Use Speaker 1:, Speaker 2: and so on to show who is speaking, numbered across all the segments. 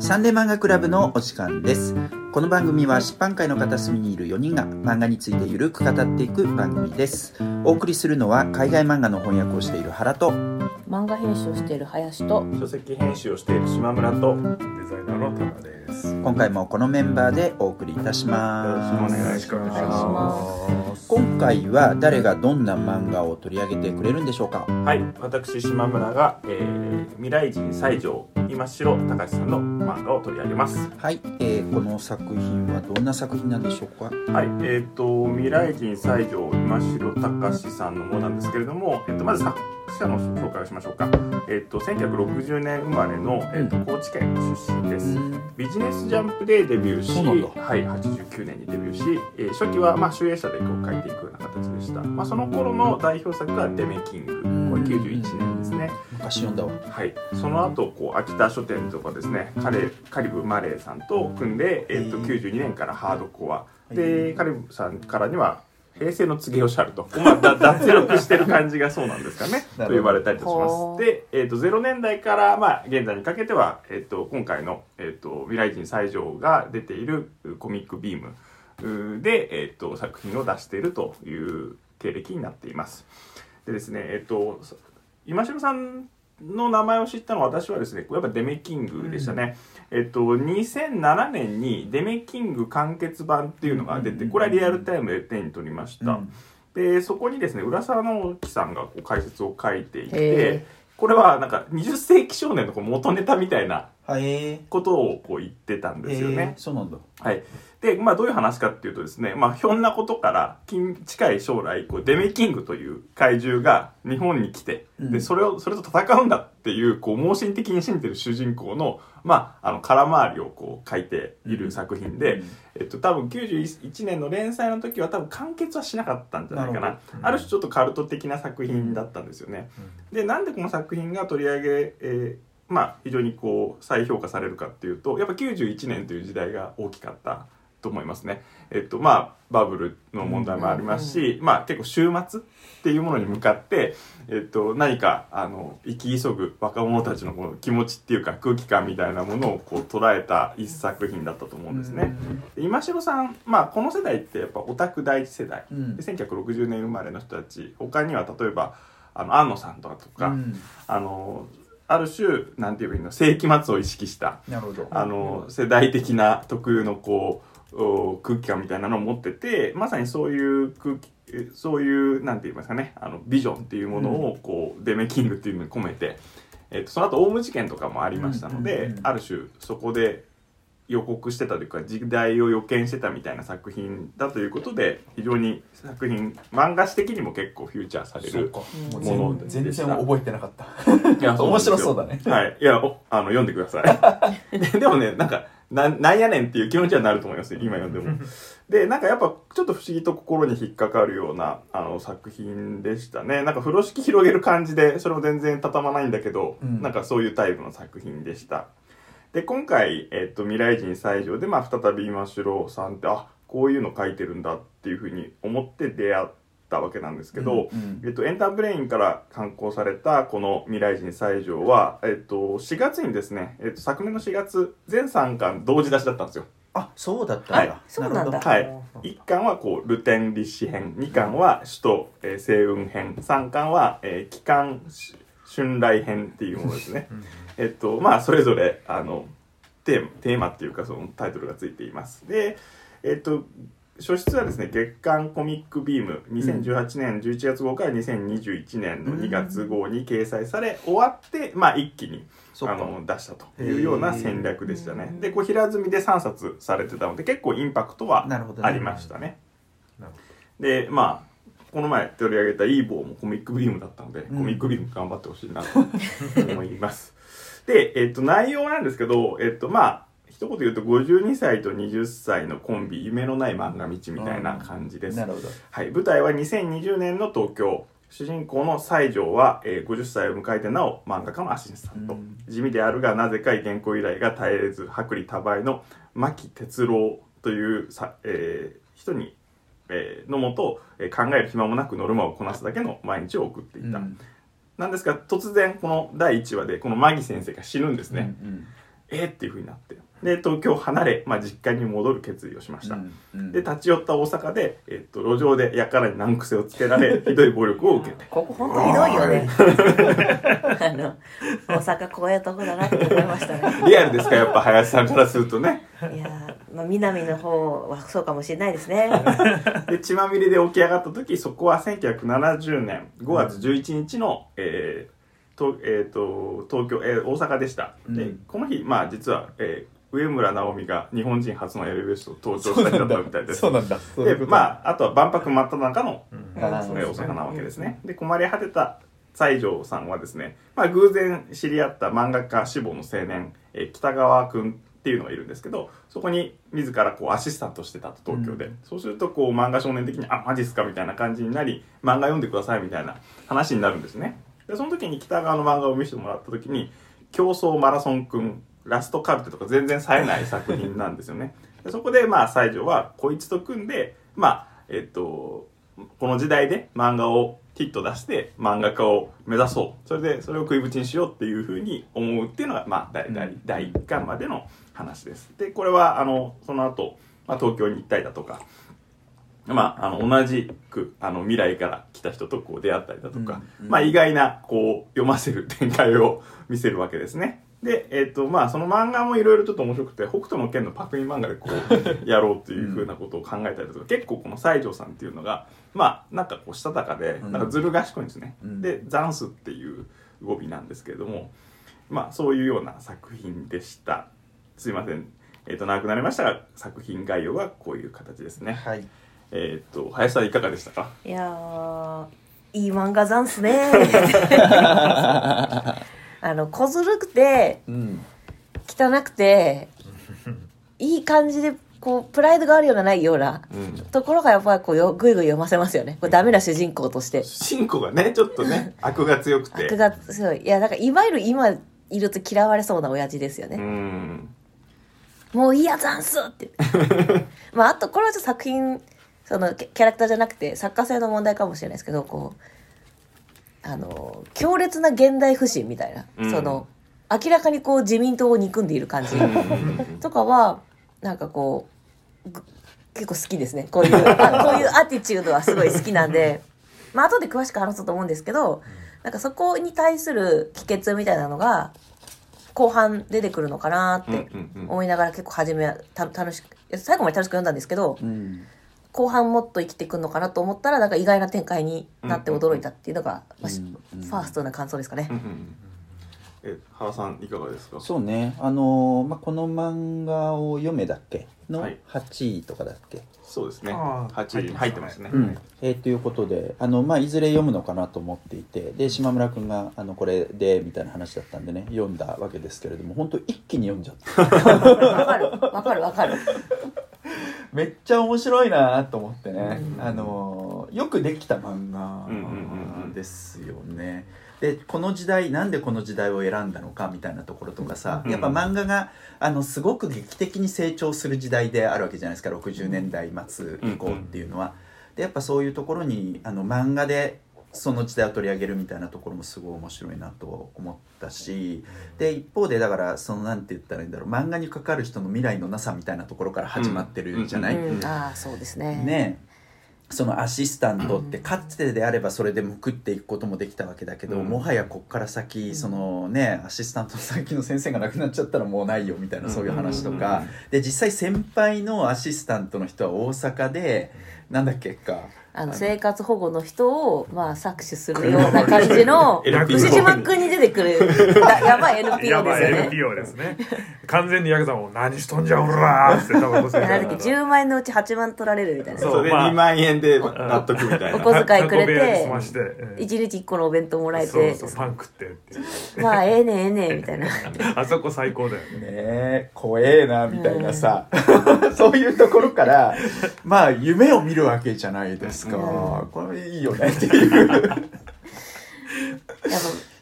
Speaker 1: サンデー漫画クラブのお時間ですこの番組は出版界の片隅にいる4人が漫画についてゆるく語っていく番組ですお送りするのは海外漫画の翻訳をしている原と
Speaker 2: 漫画編集をしている林と
Speaker 3: 書籍編集をしている島村とデザイナーの田ですよ
Speaker 1: 今回もこのメンバーでお送りいたし
Speaker 3: ろしく
Speaker 1: ま
Speaker 3: お
Speaker 1: す
Speaker 3: 願いし
Speaker 2: お願いし
Speaker 3: ま
Speaker 2: ます
Speaker 1: 今回は誰がどんな漫画を取り上げてくれるんでしょうか
Speaker 3: はい私島村が、えー、未来人西条今城隆さんの漫画を取り上げます
Speaker 1: はい、えーこの作品はどんな作品なんでしょうか
Speaker 3: はいえっ、と未来人西条今城隆さんのものなんですけれども、えっとまず作者の紹介をしましょうか、えっと1960年生まれの、えっと高知県出身です、ビジネスジャンプでデビューし、
Speaker 1: そうなんだ
Speaker 3: はい、89年にデビューし、えー初期はまあ集英社でこう書いていくような形でした、まあ、その頃の代表作が「デメキング」これ91年ですね、
Speaker 1: 昔読んだわ
Speaker 3: はい、その後こう秋田書店とかですねカレカリブマレーさんと組んで、えっ
Speaker 1: へえ
Speaker 3: と92年からハードコア
Speaker 1: へえ
Speaker 3: でカリブさんからには平成の告げをしゃると、まあ、だ脱力してる感じがそうなんですかね
Speaker 1: なるほど
Speaker 3: と言われたりとし
Speaker 2: ほ
Speaker 3: ま
Speaker 2: う
Speaker 3: すで、えっと0年代から、まあ、現在にかけては、えっと今回の、えっと未来人西条が出ているコミックビームうーで、えっと作品を出しているという経歴になっています。でですね、えっと、今城さんの名前を知ったのは私はですね、やっぱデメキングでしたね。えっと、2007年にデメキング完結版っていうのが出
Speaker 1: うんうんう
Speaker 3: て、
Speaker 1: ん
Speaker 3: これはリアルタイムで手に取りました。
Speaker 1: うん
Speaker 3: で、そこにですね、浦沢直樹さんがこう解説を書いてい
Speaker 2: へ
Speaker 3: て、これはなんか20世紀少年のこう元ネタみたいな
Speaker 1: はえ
Speaker 3: ことをこう言ってたん
Speaker 1: ー、
Speaker 3: ですよね
Speaker 1: えー。そうなんだ
Speaker 3: はい。で、まあ、どういう話かっていうとですね、まあ、ひょんなことから、近近い将来、こう、デメキングという怪獣が日本に来て、
Speaker 1: うん
Speaker 3: で、それを、それと戦うんだっていう、こう、盲信的に信じてる主人公の、まあ、あの、空回りをこう、書いている作品で、
Speaker 1: うん
Speaker 3: えっと、多分91年の連載の時は多分完結はしなかったんじゃないかな。
Speaker 1: なる
Speaker 3: ある種ちょっとカルト的な作品だったんですよね。でなんでこの作品が取り上げ、えーまあ非常にこう再評価されるかっていうとやっぱ91年という時代が大きかったと思いますね。えっとまあバブルの問題もありますし、まあ結構週末っていうものに向かって、えっと何かあの生き急ぐ若者たちのこの気持ちっていうか空気感みたいなものをこう捉えた一作品だったと思うんですね。で今城さん、まあ、この世代ってやっぱオタク第一世代
Speaker 1: うん
Speaker 3: で1960年生まれの人たち他には例えばあの安野さんとかとか、
Speaker 1: うん
Speaker 3: あのある種なんて言えばいいの世紀末を意識した
Speaker 1: なるほど
Speaker 3: あの世代的な特有のこうお空気感みたいなのを持っててまさにそういう空気えそういうなんて言いますかねあのビジョンっていうものをこう、デメキングっていうのに込めて、えっとその後オウム事件とかもありましたので、
Speaker 1: うんうんうん
Speaker 3: ある種そこで予告してたというか時代を予見してたみたいな作品だということで非常に作品漫画史的にも結構フューチャーされ
Speaker 4: そう
Speaker 3: る
Speaker 4: かも
Speaker 2: うん
Speaker 4: う全
Speaker 3: もので
Speaker 4: 全
Speaker 3: した
Speaker 4: 然覚えてなかった
Speaker 3: いや
Speaker 4: 面白そう
Speaker 3: だ
Speaker 4: だね
Speaker 3: はい。いや、おあの、読んでくださ い。ででもね、なんか、な、なんやねんっていう気持ちはなると思います今読んでも。で、なんかやっぱ、ちょっと不思議と心に引っかかるような、あの、作品でしたね。なんか、風呂敷広げる感じで、それも全然畳まないんだけど、
Speaker 4: うん
Speaker 3: なんかそういうタイプの作品でした。で、今回、えっと、未来人西条で、まあ、再び今城さんって、あ、こういうの書いてるんだっていうふうに思って出会ったわけなんですけど、
Speaker 1: うん
Speaker 3: えっと、エンターブレインから刊行されたこの「未来人西条は」えっと、4月にですね、えっと、昨年の4月全3巻同時出しだったんですよ。
Speaker 1: あそうだったんだ、
Speaker 3: は
Speaker 2: そうなんだ
Speaker 3: はい、1巻はこう「ルテン立志編」2巻は「首都、えー、星雲編」3巻は「えー、機関し春来編」っていうものですね。えっとまあそれぞれあのテーマテーマっていうかそのタイトルがついています。でえっと初出はですね月刊コミックビーム2018年11月号から2021年の2月号に掲載され、終わって、まあ、一気に
Speaker 1: そっ
Speaker 3: あ
Speaker 1: か
Speaker 3: の出したというような戦略でした
Speaker 2: へ
Speaker 3: ね
Speaker 2: ー
Speaker 3: でこう平積みで3冊されてたので結構インパクトは
Speaker 1: なるほどね
Speaker 3: ありましたね
Speaker 4: なるほ
Speaker 3: でまあこの前取り上げたイーボーもコミックビームだったので、
Speaker 1: うん
Speaker 3: コミックビーム頑張ってほしいなと思いますで、えっと、内容なんですけど、えっと、まあ一言言うと52歳と20歳のコンビ夢のない漫画道みたいな感じです
Speaker 1: なるほど
Speaker 3: はい、舞台は2020年の東京主人公の西条は、えー50歳を迎えてなお漫画家のアシスタント、
Speaker 1: うん
Speaker 3: 地味であるがなぜか原稿依頼が絶えず薄利多売の牧哲郎というさ、えー人に、えーのもと、えー考える暇もなくノルマをこなすだけの毎日を送っていた、
Speaker 1: うん
Speaker 3: なんですが突然この第1話でこのマギ先生が死ぬんですね、
Speaker 1: うん
Speaker 3: えっっていうふうになってで東京を離れ、まあ、実家に戻る決意をしました、で立ち寄った大阪で、えっと、路上でやからに難癖をつけ られひどい暴力を受けて
Speaker 2: ここ本当ひどいよね あの大阪怖いとこだなって思いましたね
Speaker 3: リアルですかやっぱ林さんからするとね
Speaker 2: いやー、まあ、南の方はそうかもしれないですね
Speaker 3: で血まみれで起き上がった時そこは1970年5月11日の、えーとえーと東京、えー大阪でした、
Speaker 1: う
Speaker 3: で
Speaker 1: ん
Speaker 3: この日、まあ、実は、えー上村直美が日本人初のエルベストを登場した日だったみたいで す
Speaker 4: そうなんだ。そういう
Speaker 3: で
Speaker 4: こと。
Speaker 3: まああとは万博真っ只中の
Speaker 4: うん
Speaker 2: あ
Speaker 3: それ大阪なわけですね、で困り果てた西条さんはですね、まあ、偶然知り合った漫画家志望の青年、えー北川君っていうのがいるんですけどそこに自らこうアシスタントしてたと東京で、
Speaker 4: うん
Speaker 3: そうするとこう漫画少年的に「あマジっすか」みたいな感じになり漫画読んでくださいみたいな話になるんですねでその時に北川の漫画を見せてもらった時に「競争マラソンくん」ラストカルテとか全然冴えない作品なんですよねでそこでまあ西条はこいつと組んでまあえっとこの時代で漫画をヒット出して漫画家を目指そうそれでそれを食いぶちにしようっていうふうに思うっていうのがまあ第第第1巻までの話ですでこれはあのその後、まあ東京に行ったりだとかまあ、あの同じくあの未来から来た人とこう出会ったりだとか、
Speaker 1: うんうん
Speaker 3: まあ、意外なこう読ませる展開を見せるわけですね。で、えっとまあ、その漫画もいろいろちょっと面白くて北斗の拳のパクリ漫画でこうやろうというふうなことを考えたりだとか結構この西条さんっていうのがまあなんかこうしたたかで
Speaker 1: うん
Speaker 3: なんかずる賢いんですね。
Speaker 1: うん
Speaker 3: で「ザンス」っていう語尾なんですけれどもまあそういうような作品でした。すいません、えっと長くなりましたが作品概要はこういう形ですね。
Speaker 1: はい
Speaker 3: えーっと林さんいかがでしたか
Speaker 2: いやーいい漫画ざん すねあの小ずるくて
Speaker 1: うん
Speaker 2: 汚くていい感じでこうプライドがあるようなないような
Speaker 3: うん
Speaker 2: ところがやっぱりこうよぐいぐい読ませますよねこれダメな主人公として
Speaker 3: 主人公がねちょっと ね悪が強くて
Speaker 2: 悪が強いいやなんかいわゆる今いると嫌われそうな親父ですよ
Speaker 3: う
Speaker 2: ね、
Speaker 3: ん
Speaker 2: もういいやざんす ってまああとこれはちょっと作品そのキャキャラクターじゃなくて作家性の問題かもしれないですけどこうあの強烈な現代不信みたいな、
Speaker 3: うん
Speaker 2: その明らかにこう自民党を憎んでいる感じとかはなんかこうぐ結構好きですねこういうあこういうアティチュードはすごい好きなんでまあ後で詳しく話そうと思うんですけどなんかそこに対する帰結みたいなのが後半出てくるのかなっ
Speaker 3: うんう
Speaker 2: て
Speaker 3: んうん
Speaker 2: 思いながら結構初めはた楽しく最後まで楽しく読んだんですけど
Speaker 1: うん
Speaker 2: 後半もっと生きてくるのかなと思ったらなんか意外な展開になって驚いたっていうのが、まあし
Speaker 1: うん
Speaker 2: ファーストな感想ですかね
Speaker 3: うんう。んえ原さんいかがですか
Speaker 1: そうねあのーまあ、この漫画を読めだっけの
Speaker 3: はい
Speaker 1: 8位とかだっけ、
Speaker 3: そうですね
Speaker 4: あー
Speaker 3: 8位入
Speaker 4: 入
Speaker 3: っ
Speaker 4: ってて
Speaker 3: ま
Speaker 4: ますす
Speaker 3: ね
Speaker 4: ね
Speaker 1: うんえーということであの、まあ、いずれ読むのかなと思っていてで島村君があのこれでみたいな話だったんでね読んだわけですけれども本当一気に読んじゃった
Speaker 2: わかるわかるわかる。
Speaker 4: めっちゃ面白いなと思ってね
Speaker 3: う。ん
Speaker 4: あのーよくできた漫
Speaker 3: うんうんうんう
Speaker 4: 画
Speaker 3: ん
Speaker 1: ですよね。でこの時代なんでこの時代を選んだのかみたいなところとかさ、
Speaker 3: うん
Speaker 1: やっぱ漫画があのすごく劇的に成長する時代であるわけじゃないですか60年代末以降っていうのは。でやっぱそういうところにあの漫画でその時代を取り上げるみたいなところもすごい面白いなと思ったしで一方でだからそのなんて言ったらいいんだろう漫画にかかる人の未来のなさみたいなところから始まってるじゃない、
Speaker 2: うん、ああそうですね。
Speaker 1: ねそのアシスタントってかつてであればそれで報っていくこともできたわけだけど、
Speaker 3: うん
Speaker 1: もはやこっから先そのねアシスタントの先の先生が亡くなっちゃったらもうないよみたいなそういう話とか、で実際先輩のアシスタントの人は大阪でなんだっけか
Speaker 2: あの生活保護の人を、まあ、搾取するような感じ の
Speaker 3: LPO
Speaker 2: 牛島君に出てくるだやばい NPO です
Speaker 5: や
Speaker 2: よ
Speaker 5: ばい
Speaker 2: ね。
Speaker 5: LPO ですね完全にヤクザも何しとんじゃおらーってタバコ吸いなが
Speaker 2: な
Speaker 5: ら
Speaker 2: んだっけ10万円のうち8万取られるみたいな
Speaker 3: そ
Speaker 5: そう
Speaker 3: れで
Speaker 5: まあ
Speaker 3: 2万円で納得みたい
Speaker 2: お
Speaker 3: な
Speaker 2: 小遣いくれ
Speaker 5: タコ部屋で済
Speaker 2: て
Speaker 5: ましてうん
Speaker 2: 1日1個のお弁当もらえ
Speaker 5: そう
Speaker 2: て
Speaker 5: そうパン食ってっていう
Speaker 2: まあええねええねえみたい な
Speaker 5: あそこ最高だよ
Speaker 1: ね
Speaker 5: ね
Speaker 1: え怖えなみたいなさ、 そういうところからまあ夢を見るわけじゃないですか、
Speaker 2: う
Speaker 1: これいいよねっていう。
Speaker 2: あの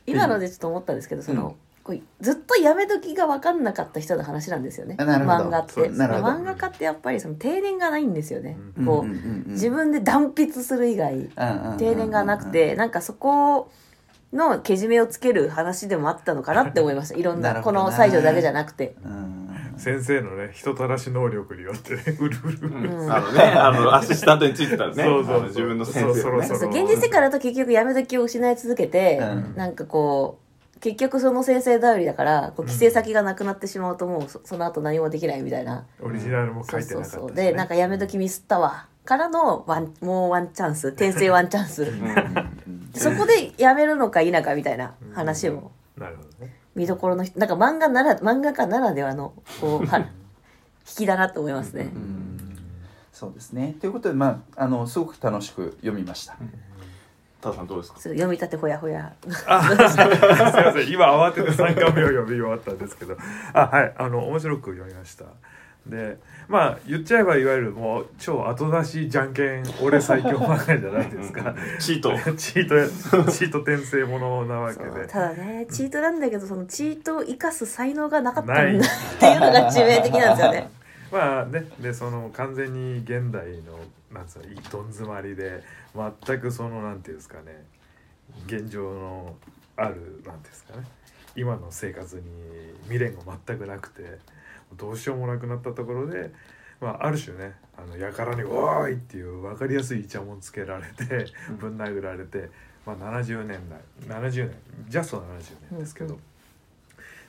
Speaker 2: 今のでちょっと思ったんですけどその、こうずっとやめ時が分かんなかった人の話なんですよね
Speaker 1: あなるほど
Speaker 2: 漫画って
Speaker 1: そうなるほど
Speaker 2: 漫画家ってやっぱりその定年がないんですよね、
Speaker 1: うん
Speaker 2: こう、
Speaker 1: うんうんうん
Speaker 2: 自分で断筆する以外
Speaker 1: うんうんうんうん
Speaker 2: 定年がなくてなんかそこのけじめをつける話でもあったのかなって思いましたいろんな
Speaker 1: なる
Speaker 2: こ
Speaker 1: ほど
Speaker 2: の
Speaker 1: な
Speaker 2: 西条だけじゃなくて、
Speaker 1: うん
Speaker 5: 先生のね人たらし能力によってねうるうる
Speaker 3: うん
Speaker 2: うん
Speaker 3: あのね、あの、アシスタントについてたらね、
Speaker 5: そうそうそう
Speaker 3: あの自分の先生
Speaker 5: そ
Speaker 3: の
Speaker 5: ろ
Speaker 3: ね
Speaker 5: そ
Speaker 2: そう
Speaker 5: ろ
Speaker 2: そう現実世界だと結局やめ時を失い続けて、
Speaker 1: うん
Speaker 2: なんかこう結局その先生頼りだからこう帰省先がなくなってしまうともうそその後何もできないみたいな、
Speaker 5: オリジナルも書
Speaker 2: そう
Speaker 5: いて
Speaker 2: そ
Speaker 5: な
Speaker 2: う
Speaker 5: かったし
Speaker 2: そう
Speaker 5: ね
Speaker 2: でなんかやめ時ミスったわからのワンもうワンチャンス転生ワンチャンス
Speaker 1: うん
Speaker 2: そこでやめるのか否かみたいな話も
Speaker 5: なるほどね
Speaker 2: 見どころのひなんか漫画なら漫画家ならではのこうは引きだなと思いますね。
Speaker 1: そうですねということでまああのすごく楽しく読みました
Speaker 3: タさんどうですか
Speaker 2: そう読み立てほやほや。
Speaker 5: すいません今慌てて3巻目を読み終わったんですけどあはいあの面白く読みましたでまあ言っちゃえばいわゆるもう超後出しじゃんけん俺最強漫画じゃないですか
Speaker 3: チート。
Speaker 5: チート やチート転生ものなわけ
Speaker 2: そ
Speaker 5: で
Speaker 2: うただねチートなんだけどそのチートを生かす才能がなかったんだ
Speaker 5: ない
Speaker 2: っていうのが致命的なんですよね。
Speaker 5: まあねでその完全に現代のなんつうのどん詰まりで全くそのなんていうんですかね現状のあるなんていうんですかね今の生活に未練が全くなくてどうしようもなくなったところで、まあ、ある種ねあのやからに「おーい!」っていう分かりやすいイチャモンつけられてぶん殴られて、まあ、70年代70年ジャスト70年ですけど。
Speaker 2: うんう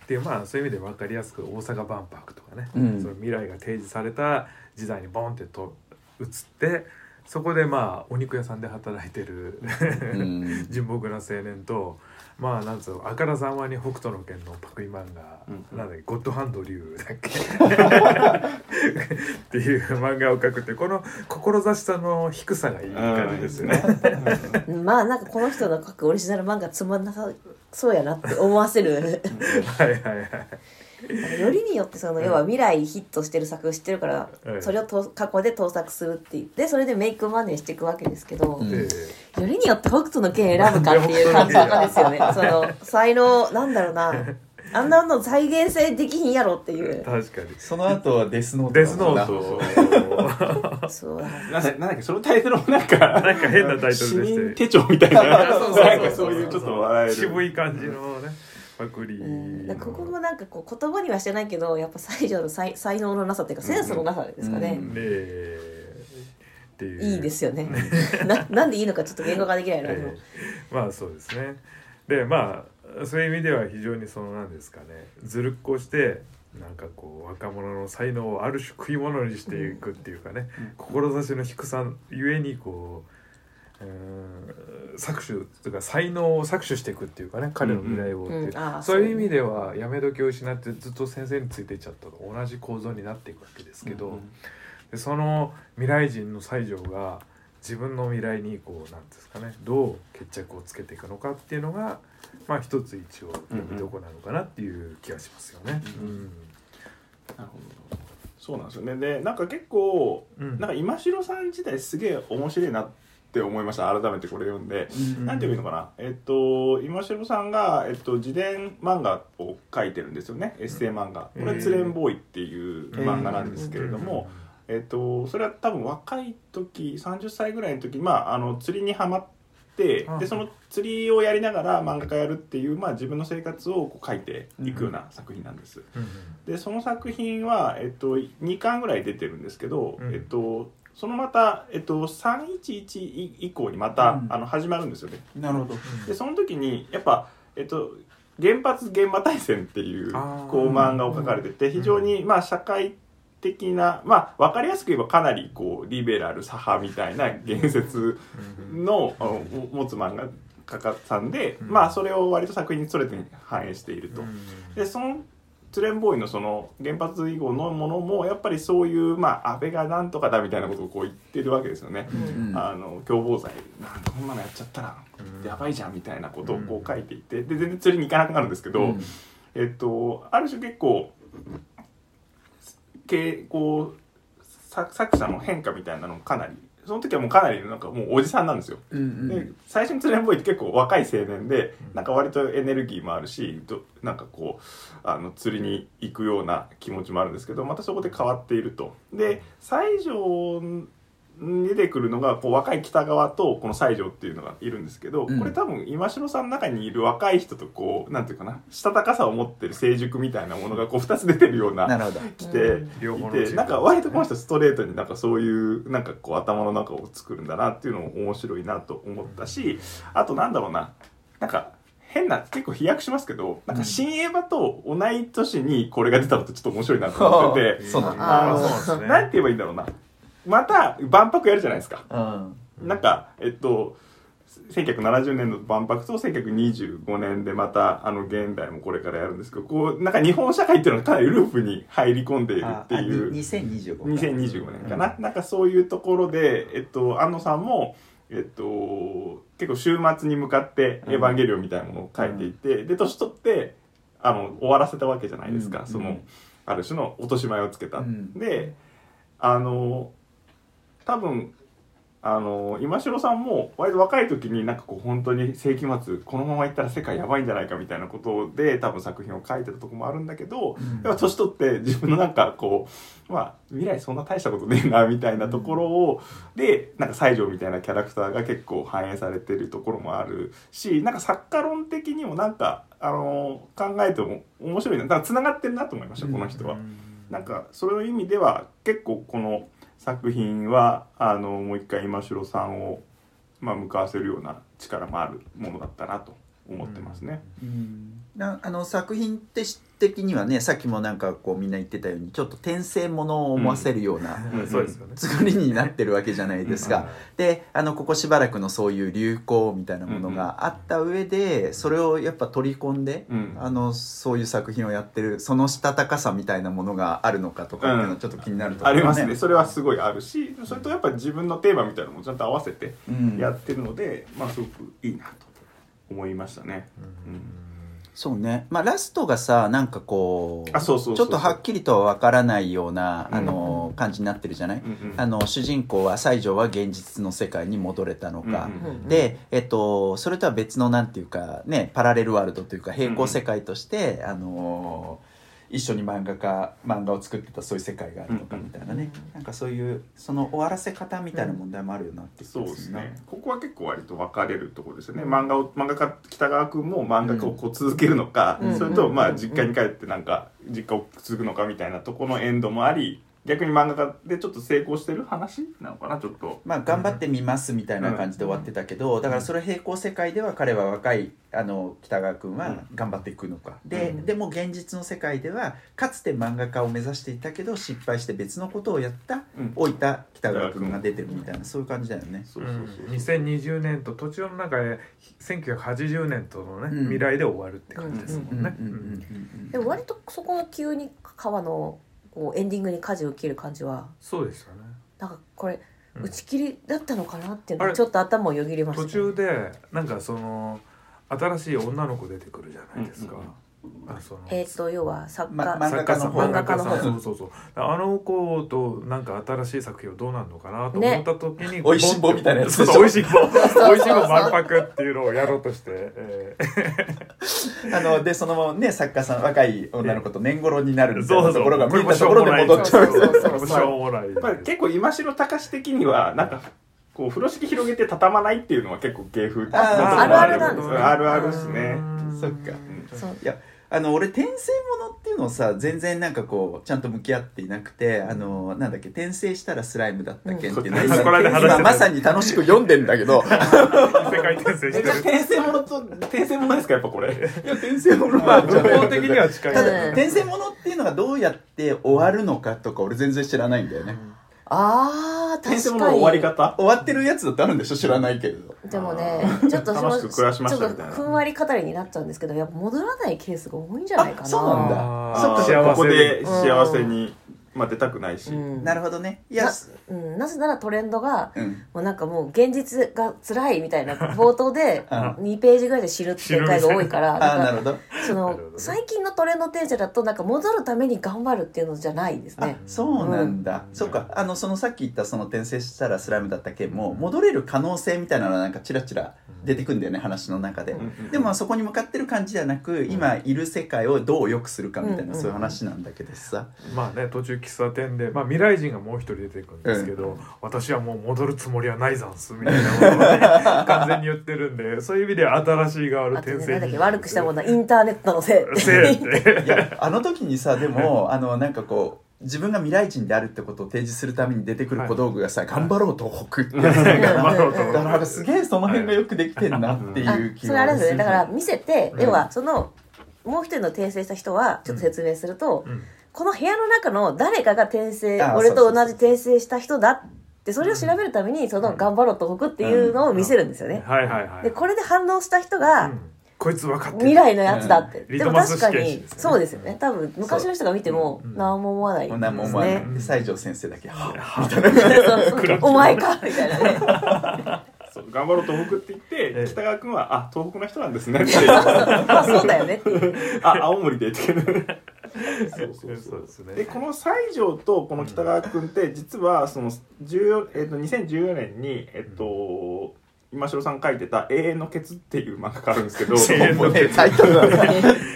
Speaker 5: でまあそういう意味で分かりやすく大阪万博とかね、
Speaker 1: うん
Speaker 5: その未来が提示された時代にボンってと移ってそこでまあお肉屋さんで働いてる
Speaker 1: うん
Speaker 5: 人朴な青年とまあなんつうのあからさまに北斗の拳のパクリ漫画、
Speaker 3: うん
Speaker 5: なんだっけゴッドハンド竜だっけ っていう漫画を描くってこの志さの低さがいい感じですよね。
Speaker 2: まあなんかこの人の書くオリジナル漫画つまんなさそうやなって思わせる
Speaker 5: はいはいはい
Speaker 2: よりによってその要は未来ヒットしてる作を知ってるから
Speaker 5: うん
Speaker 2: それをと過去で盗作するって言ってそれでメイクマネーしていくわけですけど。
Speaker 1: うん
Speaker 5: で
Speaker 2: よりによって北斗の剣選ぶかっていう感じなんです よねその才能なんだろうなあんなの再現性できひんやろっていう
Speaker 5: 確かに
Speaker 1: その後はデスノート
Speaker 5: デスノ
Speaker 1: だ
Speaker 5: ー
Speaker 1: もんな
Speaker 5: ト
Speaker 2: そうだから
Speaker 3: なんだなんだっけ、そのタイトルもなんか、
Speaker 5: なんか変なタイトルで
Speaker 3: 市
Speaker 5: し
Speaker 3: 民
Speaker 5: て
Speaker 3: 手帳みたいな、
Speaker 5: そうそう
Speaker 3: なんかそういうちょっと笑える。
Speaker 5: 渋い感じのねパクリ
Speaker 2: うんだ
Speaker 5: の
Speaker 2: からここもなんかこう言葉にはしてないけどやっぱ西条の才才能のなさっていうかセンスのなさですかね、
Speaker 1: うん
Speaker 5: ねえっていう
Speaker 2: いいですよねななんでいいのかちょっと言語化できないな、でも
Speaker 5: ええまあそうですねでまあそういう意味では非常にそのなんですかねずるっこしてなんかこう若者の才能をある種食い物にしていくっていうかね、志の低さゆえにこううーん搾取というか才能を搾取していくっていうかね彼の未来をっていう、
Speaker 2: うんうんああ
Speaker 5: そういう意味ではやめ時を失ってずっと先生についていっちゃったと同じ構造になっていくわけですけど、でその未来人の西条が自分の未来にこうなんですかねどう決着をつけていくのかっていうのがまあ一つ一応見どこなのかなっていう気がしますよね。
Speaker 3: なるほどそうなんですよね。で、なんか結構、
Speaker 5: うん
Speaker 3: なんか今城さん自体すげえ面白いなって思いました。改めてこれ読んで。なんていうのかな。えっと、今城さんが、えっと、自伝漫画を書いてるんですよね。エッセイ漫画。こ
Speaker 5: うん
Speaker 3: れ、つれんボーイっていう漫画なんですけれども、えっと、それは多分若い時30歳ぐらいの時、まあ、あの釣りにはまって
Speaker 5: うん
Speaker 3: でその釣りをやりながら漫画家やるっていう、まあ、自分の生活をこう書いていくような作品なんです。
Speaker 5: うん
Speaker 3: でその作品は、えっと、2巻ぐらい出てるんですけど、
Speaker 5: うん
Speaker 3: えっと、そのまた、えっと、311以以降にまた、
Speaker 1: うん
Speaker 3: あの始まるんですよね。
Speaker 1: なるほど
Speaker 3: でその時にやっぱ、えっと、原発現場大戦っていう
Speaker 5: あー
Speaker 3: こう漫画を書かれてて非常にまあ社会的なまあ分かりやすく言えばかなりこうリベラル左派みたいな言説のあの持つ漫画家さんで
Speaker 5: うん
Speaker 3: まあそれを割と作品にそれて反映していると
Speaker 5: う。ん
Speaker 3: でそのトレンボーイのその原発以降のものもやっぱりそういうまあ安倍がなんとかだみたいなことをこう言ってるわけですよね。
Speaker 1: うん
Speaker 3: あの共謀罪なんかこんなのやっちゃったら
Speaker 5: うん
Speaker 3: やばいじゃんみたいなことをこう書いていてで全然釣りに行かなくなるんですけど、えっとある種結構けこう作作者の変化みたいなのをかなりその時はもうかなりなんかもうおじさんなんですよ。
Speaker 1: うんうん
Speaker 3: で最初に釣れんぼいって結構若い青年でなんか割とエネルギーもあるしどなんかこうあの釣りに行くような気持ちもあるんですけどまたそこで変わっていると。で西条出てくるのがこう若い北川とこの西条っていうのがいるんですけど、
Speaker 1: うん
Speaker 3: これ多分今城さんの中にいる若い人とこうなんていうかなしたたかさを持ってる成熟みたいなものがこう2つ出てるよう
Speaker 1: な
Speaker 3: な
Speaker 1: るほど
Speaker 3: き
Speaker 2: う
Speaker 3: て
Speaker 2: ん
Speaker 5: 両
Speaker 3: い
Speaker 5: 方の
Speaker 3: てなんか割とこの人ストレートになんかそういうなんかこう頭の中を作るんだなっていうのも面白いなと思ったしあとなんだろうななんか変な結構飛躍しますけどなんか新映画と同い年にこれが出たのってちょっと面白いなと思ってて。
Speaker 1: そうなん
Speaker 2: だ
Speaker 5: あ
Speaker 2: あ
Speaker 5: ー
Speaker 2: ー
Speaker 5: そう
Speaker 3: な
Speaker 5: なん
Speaker 3: ん
Speaker 5: で
Speaker 3: て言えばいいんだろうな。また万博やるじゃないですか。
Speaker 1: うん
Speaker 3: なんか、えっと、1970年の万博と1925年でまたあの現代もこれからやるんですけど、こう、なんか日本社会っていうのがかなりループに入り込んでいる
Speaker 1: あ
Speaker 3: って
Speaker 1: あ
Speaker 3: い
Speaker 1: に
Speaker 3: う。
Speaker 1: 2025
Speaker 3: 2025年かな、なんかそういうところで、えっと、安野さんも、えっと、結構週末に向かって「エヴァンゲリオン」みたいなものを書いていて、で年取ってあの終わらせたわけじゃないですか、
Speaker 1: うん
Speaker 3: そうの
Speaker 1: ん
Speaker 3: ある種の落とし前をつけた。
Speaker 1: うん
Speaker 3: であの多分あの今城さんも割と若い時になんかこう本当に世紀末このままいったら世界やばいんじゃないかみたいなことで多分作品を書いてたとこもあるんだけど、やっぱ年取って自分のなんかこうまあ未来そんな大したことねえなみたいなところを、でなんか西条みたいなキャラクターが結構反映されてるところもあるしなんか作家論的にもなんかあの考えても面白いなだから繋がってるなと思いましたこの人は。なんかそういう意味では結構この作品はあのもう一回今城さんを、まあ、向かわせるような力もあるものだったなと思ってますね。
Speaker 1: うんなあの作品って的にはねさっきもなんかこうみんな言ってたようにちょっと転生ものを思わせるような、
Speaker 5: うんそうですよね。
Speaker 1: 作りになってるわけじゃないですか。であのここしばらくのそういう流行みたいなものがあった上でそれをやっぱ取り込んで、
Speaker 3: うん
Speaker 1: あのそういう作品をやってるそのしたたかさみたいなものがあるのかとかっていうのはちょっと気になるとこ
Speaker 3: あ
Speaker 1: ろ
Speaker 3: りますねそれはすごいあるしそれとやっぱ自分のテーマみたいなのもちゃんと合わせて
Speaker 1: うん
Speaker 3: やってるので、まあすごくいいなと思いましたね。
Speaker 1: そうね、まあ、ラストがさなんかこう
Speaker 3: あそうそう
Speaker 1: ち
Speaker 3: そ
Speaker 1: ょ
Speaker 3: う
Speaker 1: っとはっきりとは分からないような
Speaker 3: うん
Speaker 1: あの、感じになってるじゃない、
Speaker 3: うんうん
Speaker 1: あの主人公は西条は現実の世界に戻れたのか、
Speaker 3: うんうん
Speaker 2: うん
Speaker 1: で、えっと、それとは別のなんていうか、ね、パラレルワールドというか平行世界として、あのー一緒に漫画家漫画を作ってたそういう世界があるのかみたいなね、なんかそういうその終わらせ方みたいな問題もあるよなって気が
Speaker 3: そうですね。ここは結構割と分かれるところですよね。漫画を漫画家北川君も漫画家をこう続けるのか、
Speaker 2: うん
Speaker 3: それ
Speaker 2: う
Speaker 3: と
Speaker 2: ん
Speaker 3: ま
Speaker 2: う
Speaker 3: あ
Speaker 2: ん
Speaker 3: 実家に帰ってなんか実家を続くのかみたいなとこのエンドもあり、逆に漫画家でちょっと成功してる話なのかなちょっと。
Speaker 1: まあ、頑張ってみますみたいな感じで終わってたけど、だからそれ平行世界では彼は若いあの北川君は頑張っていくのか、で
Speaker 5: うん
Speaker 1: でも現実の世界ではかつて漫画家を目指していたけど失敗して別のことをやった
Speaker 3: うん
Speaker 1: 老いた北川君が出てるみたいなそういう感じだよね。
Speaker 3: そううそ
Speaker 5: ん
Speaker 3: うそう。
Speaker 5: 2020年と途中の中で1980年とのね、
Speaker 1: うん
Speaker 5: 未来で終わるって感じですも
Speaker 1: うんう
Speaker 5: ん
Speaker 1: んう
Speaker 5: ね。
Speaker 1: んうん
Speaker 2: でも割とそこの急に川のこうエンディングに舵を切る感じは
Speaker 5: そうですよね。
Speaker 2: なんかこれ
Speaker 5: うん
Speaker 2: 打ち切りだったのかなっていう
Speaker 5: あ
Speaker 2: の
Speaker 5: れ
Speaker 2: ちょっと頭をよぎりました
Speaker 5: 途
Speaker 2: ね
Speaker 5: 中でなんかその新しい女の子出てくるじゃないですか。
Speaker 3: うんうん
Speaker 5: あその
Speaker 2: えっ、と要は作
Speaker 1: ま
Speaker 2: 家、
Speaker 1: ま
Speaker 5: 作家さん
Speaker 1: 漫
Speaker 5: 漫
Speaker 2: 画家
Speaker 5: 画家
Speaker 2: の
Speaker 5: さ
Speaker 2: 方
Speaker 5: んそうそうそうあの子となんか新しい作品をどうなるのかなと思った時に、
Speaker 1: 美味しんぼみたいなやつでしょ
Speaker 5: そう美味しんぼ
Speaker 2: う
Speaker 5: 美味しんぼ万博っていうのをやろうとして、え
Speaker 1: あのでそのままね作家さん若い女の子と年頃になる
Speaker 5: ー
Speaker 1: みたいなところが見えたと
Speaker 5: そ
Speaker 1: こ
Speaker 5: うそ
Speaker 1: ろ
Speaker 5: う
Speaker 1: で戻っちゃう
Speaker 5: これもしょうもないこれもしょうもない
Speaker 3: やっぱり結構今城隆的にはなんかこう風呂敷広げて畳まないっていうのは結構芸風
Speaker 1: あー
Speaker 2: あるあるなんです
Speaker 3: ね
Speaker 2: ね
Speaker 3: あるあるですね。
Speaker 1: そっか
Speaker 3: うん
Speaker 2: そう
Speaker 1: いやあの俺転生ものっていうのをさ全然なんかこうちゃんと向き合っていなくてあのなんだっけ転生したらスライムだったっけ、、
Speaker 2: うんん
Speaker 1: っていう
Speaker 3: こ
Speaker 5: この間話してた
Speaker 1: 今まさに楽しく読んでんだけど
Speaker 5: 世界転生
Speaker 3: え
Speaker 5: して
Speaker 3: じゃあ
Speaker 5: る
Speaker 3: 転生ものと転生ものですかやっぱ これ。
Speaker 1: いや転生ものは
Speaker 5: 文法的には近い
Speaker 1: た
Speaker 2: うん
Speaker 1: だ転生ものっていうのがどうやって終わるのかとか俺全然知らないんだよね
Speaker 2: あー
Speaker 3: 転生
Speaker 2: 確
Speaker 3: も
Speaker 2: か
Speaker 3: のの
Speaker 2: に
Speaker 3: 終わり方。
Speaker 1: 終わってるやつだってあるんでしょ知らないけれど
Speaker 2: でもねちょっと
Speaker 3: 楽しく暮らしましたみ
Speaker 2: ち
Speaker 3: た
Speaker 2: ょ
Speaker 3: い
Speaker 2: っ
Speaker 3: な
Speaker 2: とふんわり語りになっちゃうんですけどやっぱ戻らないケースが多いんじゃないか
Speaker 1: あ
Speaker 2: な
Speaker 1: そうなんだ
Speaker 5: あー
Speaker 1: そっか
Speaker 5: 幸せ
Speaker 3: ここで幸せに、まあ、出たくないし、
Speaker 2: うん
Speaker 1: なるほどねい
Speaker 2: な
Speaker 1: や
Speaker 2: うん、なぜならトレンドが、
Speaker 1: うん
Speaker 2: もうなんかもう現実が辛いみたいな冒頭で
Speaker 1: うん
Speaker 2: 2ページぐらいで知る展開が多いから
Speaker 1: あ
Speaker 2: だ
Speaker 1: ー
Speaker 2: か
Speaker 1: な
Speaker 2: ら
Speaker 1: るほど
Speaker 2: そ
Speaker 5: な
Speaker 2: の
Speaker 5: るほどね
Speaker 2: 最近のトレンド転写だとなんか戻るために頑張るっていうのじゃないです
Speaker 1: あ
Speaker 2: ね。
Speaker 1: そうなんだ、
Speaker 5: うん
Speaker 1: そうかあのそのさっき言ったその転生したらスライムだった件も戻れる可能性みたいなのがなんかチラチラ出てくんだよね話の中で、
Speaker 3: ん
Speaker 1: でもまあそこに向かってる感じじゃなく今いる世界をどう良くするかみたいな、
Speaker 2: うん
Speaker 1: そういう話なんだけどさ、
Speaker 5: まあね途中喫茶店で、まあ、未来人がもう一人出てくるんですけど、私はもう戻るつもりはないざんすみたいなことをね完全に言ってるん でそういう意味では新しい側の
Speaker 2: あとね
Speaker 5: 転生
Speaker 2: なんだっけ悪くしたものはインターネットのせいって
Speaker 5: せいって
Speaker 1: いやあの時にさでもあのなんかこう自分が未来人であるってことを提示するために出てくる小道具がさ「頑張ろう東北」ってやつだから
Speaker 5: 頑張ろうと
Speaker 1: だからな
Speaker 5: 思
Speaker 1: ん
Speaker 5: っ
Speaker 1: かすげえその辺がよくできてんなって
Speaker 2: あ
Speaker 1: いう気
Speaker 2: それあれ
Speaker 1: が
Speaker 2: ですす
Speaker 1: る
Speaker 2: ねだから見せて要はそのもう一人の転生した人はちょっと説明すると、
Speaker 5: うん
Speaker 2: この部屋の中の誰かが転生
Speaker 1: あ
Speaker 2: 俺と
Speaker 1: そうそうそう
Speaker 2: 同じ転生した人だってそれを調べるためにその「頑張ろうと北」っていうのを見せるんですよ
Speaker 5: て
Speaker 2: ね。
Speaker 5: はいはいはい
Speaker 2: でこれで反応した人が、
Speaker 5: うんこいつ分かってる
Speaker 2: 未来のやつだって、
Speaker 5: うん
Speaker 2: でも
Speaker 5: リトマ
Speaker 2: 確
Speaker 5: ス試
Speaker 2: か
Speaker 5: 験紙
Speaker 2: に
Speaker 5: ですね
Speaker 2: そうですよね多分昔の人が見ても
Speaker 5: うん
Speaker 2: 何も思わない
Speaker 1: もう何も
Speaker 2: です
Speaker 1: 思わな
Speaker 2: ね
Speaker 1: い西条先生だけは
Speaker 2: そうそうお前かみたいなね
Speaker 3: そう頑張ろう東北って言って、
Speaker 5: ええ
Speaker 3: 北川君はあ東北の人なんです ねっていう
Speaker 2: まあそうだよねっていう
Speaker 3: あ青森でってそう
Speaker 5: そうそうですね
Speaker 3: でこの西条とこの北川君って実はその14、えっと2014年に、えっと、今城さん書いてた「永遠のケツ」っていう漫画があるんですけど
Speaker 5: 永遠
Speaker 1: もう
Speaker 5: の
Speaker 1: ねタイトルが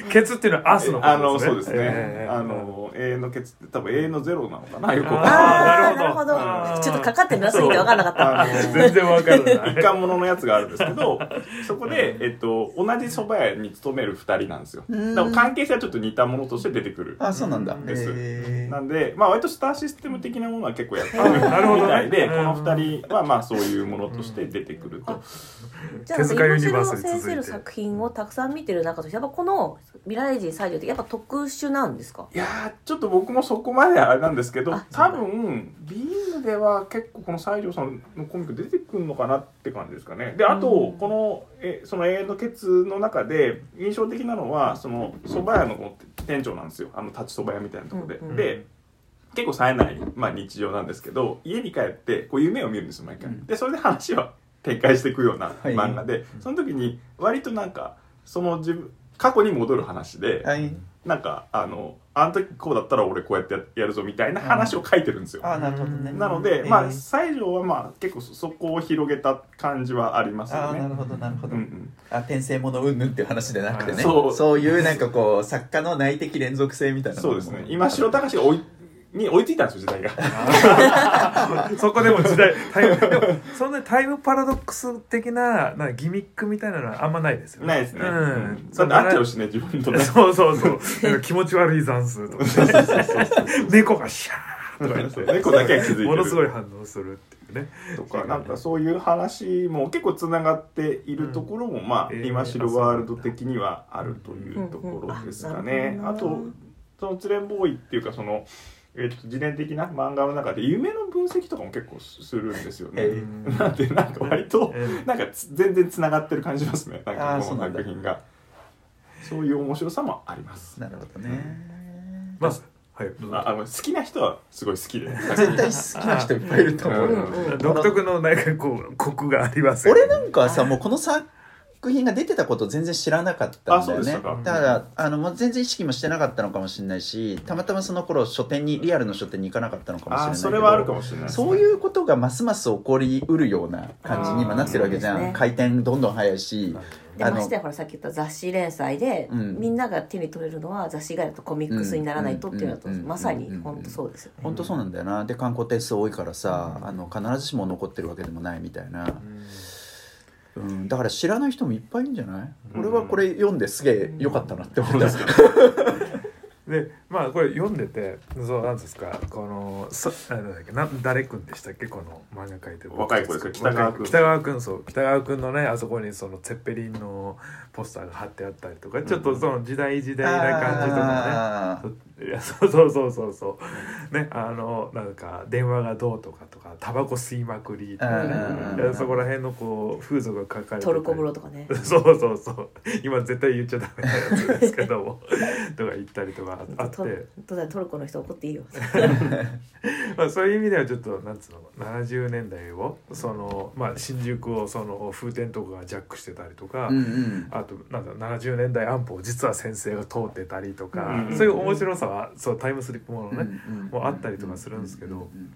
Speaker 5: ケツっていうのはアースの
Speaker 3: あ
Speaker 5: こ
Speaker 3: の
Speaker 5: と
Speaker 3: そうですね、
Speaker 5: ええ
Speaker 3: あの永遠のケツって多分永遠のゼロなのかなよくわかんない
Speaker 2: あ
Speaker 5: あ
Speaker 2: あな
Speaker 5: ーな
Speaker 2: る
Speaker 5: る
Speaker 2: ほ
Speaker 5: ほ
Speaker 2: ど
Speaker 5: ど
Speaker 2: ちょっとかかってなすぎて分かんなかった
Speaker 3: あの
Speaker 5: 全然分かる
Speaker 3: 一貫物のやつがあるんですけどそこで、えっと、同じ蕎麦屋に勤める2人なんですよだから関係性はちょっと似たものとして出てくる
Speaker 1: あそうなんだ
Speaker 3: です
Speaker 1: へ
Speaker 3: なんでまあ割とスターシステム的なものは結構やってるみ
Speaker 5: あなるほどね
Speaker 3: たいで、
Speaker 5: うん
Speaker 3: この2人はまあそういうものとして出てくると、
Speaker 2: じゃあ
Speaker 5: 手塚ユニバースに続いて
Speaker 2: 先生の作品をたくさん見てる中としてやっぱこの「未来人西条」ってやっぱ特殊なんですか
Speaker 3: いやーちょっと僕もそこまであれなんですけど
Speaker 2: あ
Speaker 3: 多分ビームでは結構この西条さんのコミック出てくるのかなって感じですかねであと、
Speaker 2: うん
Speaker 3: このえその永遠のケツの中で印象的なのはその蕎麦屋のこの店長なんですよあの立ち蕎麦屋みたいなところで、
Speaker 2: うんうん
Speaker 3: で結構冴えない、まあ、日常なんですけど家に帰ってこう夢を見るんですよ毎回、
Speaker 1: うん
Speaker 3: でそれで話は展開していくような
Speaker 1: はい
Speaker 3: 漫画で、その時に割となんかその自分過去に戻る話で、
Speaker 1: えはい
Speaker 3: なんかあのあの時こうだったら俺こうやってややるぞみたいな話を書いてるんですよ、
Speaker 1: あなるほどね
Speaker 3: なので、
Speaker 1: えー
Speaker 3: まあ西条はまあ結構そそこを広げた感じはあります
Speaker 1: あ
Speaker 3: よ
Speaker 1: ーな
Speaker 3: ね
Speaker 1: るほどなるほ
Speaker 3: うん
Speaker 1: ど
Speaker 3: うん
Speaker 1: あ転生ものうんぬんっていう話でなくてね
Speaker 3: そう
Speaker 1: そういうなんかこう作家の内的連続性みたいなの
Speaker 3: そう
Speaker 1: も
Speaker 3: ですね今城隆が追いに追いついたんですよ時代が
Speaker 5: そこでも時代タイムでもそんなタイムパラドックス的ななんかギミックみたいなのはあんま ないですよね
Speaker 3: ないですね、
Speaker 5: う
Speaker 3: うん
Speaker 5: ん、
Speaker 3: だってあっちゃう
Speaker 5: し
Speaker 3: しね自分とね
Speaker 5: そう そうそうなんか気持ち悪い残数とかね猫がシャーとか言って
Speaker 3: 猫だけが気づいてる
Speaker 5: ものすごい反応するっていうね
Speaker 3: とかなんかそういう話も結構つながっているところも、まあ、
Speaker 5: えー
Speaker 3: 今城ワールド的にはあるというところですかね。
Speaker 2: うんうん
Speaker 3: あとその「つれんボーイ」っていうかその、えー、と自伝的な漫画の中で夢の分析とかも結構するんですよね。
Speaker 1: え
Speaker 3: なんでなんか割と
Speaker 5: えー
Speaker 3: なんかつ全然つながってる感じしますねなん
Speaker 1: あ
Speaker 3: か
Speaker 1: ー
Speaker 3: こ
Speaker 1: そう
Speaker 3: の
Speaker 1: なんだ
Speaker 3: 作品が。そういう面白さもあります。
Speaker 1: なるほどね
Speaker 5: まあはいどうぞ
Speaker 3: ああの好きな人はすごい好きで。
Speaker 1: 絶対好きな人いっぱいいると思う
Speaker 3: うん
Speaker 5: 独特のなんかこうコクがありますよね
Speaker 1: 俺なんかはさもうこの作品が出てたこと全然知らなかったんだよね
Speaker 3: あそうでしたか
Speaker 1: だからあのもう全然意識もしてなかったのかもしれないしたまたまその頃書店にリアルの書店に行かなかったのかもしれ
Speaker 3: あ
Speaker 1: な
Speaker 3: ー
Speaker 1: いけど
Speaker 3: それはあるかもしれないですね、
Speaker 1: そういうことがますます起こりうるような感じに今なってるわけじゃ
Speaker 2: あー
Speaker 1: ん、
Speaker 2: そうですね
Speaker 1: 回転どんどん速いし
Speaker 2: でましてやほらさっき言った雑誌連載で、
Speaker 1: うん
Speaker 2: みんなが手に取れるのは雑誌以外だとコミックスにならないとっていうのだと、
Speaker 1: うんうんうん
Speaker 2: まさに本当そうですよね、
Speaker 1: 本当そうなんだよなで観光点数多いからさ、あの必ずしも残ってるわけでもないみたいな、うん、だから知らない人もいっぱいいるんじゃない、
Speaker 3: うん
Speaker 1: 俺はこれ読んですげえ良かったなって思った、
Speaker 5: でまあこれ読んでてそうなんですかこのそあなんだっけな誰くんでしたっけこの漫画描いてる
Speaker 3: 若い子ですか北川くん
Speaker 5: 北川くんそう北川くんのねあそこにそのツェッペリンのポスターが貼ってあったりとかちょっとその時代時代な感じとか
Speaker 1: あー
Speaker 5: ねいやそうそうそうそうそうねあのなんか電話がどうとかとかタバコ吸いまくりとかね
Speaker 1: うん
Speaker 5: いやそこら辺のこう風俗が書かれてた
Speaker 2: ト
Speaker 5: り
Speaker 2: ルコ風呂とかね
Speaker 5: そうそうそう今絶対言っちゃダメなやつですけ どもとか言ったりとかあっ
Speaker 2: ト
Speaker 5: て
Speaker 2: ルトルトルコの人怒っていいよ
Speaker 5: まあ、そういう意味ではちょっとなんつうの70年代をその、まあ、新宿をその風天とかがジャックしてたりとか、
Speaker 1: うんうん
Speaker 5: あとなんか70年代安保を実は先生が通ってたりとか、
Speaker 3: うん
Speaker 5: そういう面白さはそうタイムスリップものね、
Speaker 1: うんうん
Speaker 5: もうあったりとかするんですけど
Speaker 1: うんうん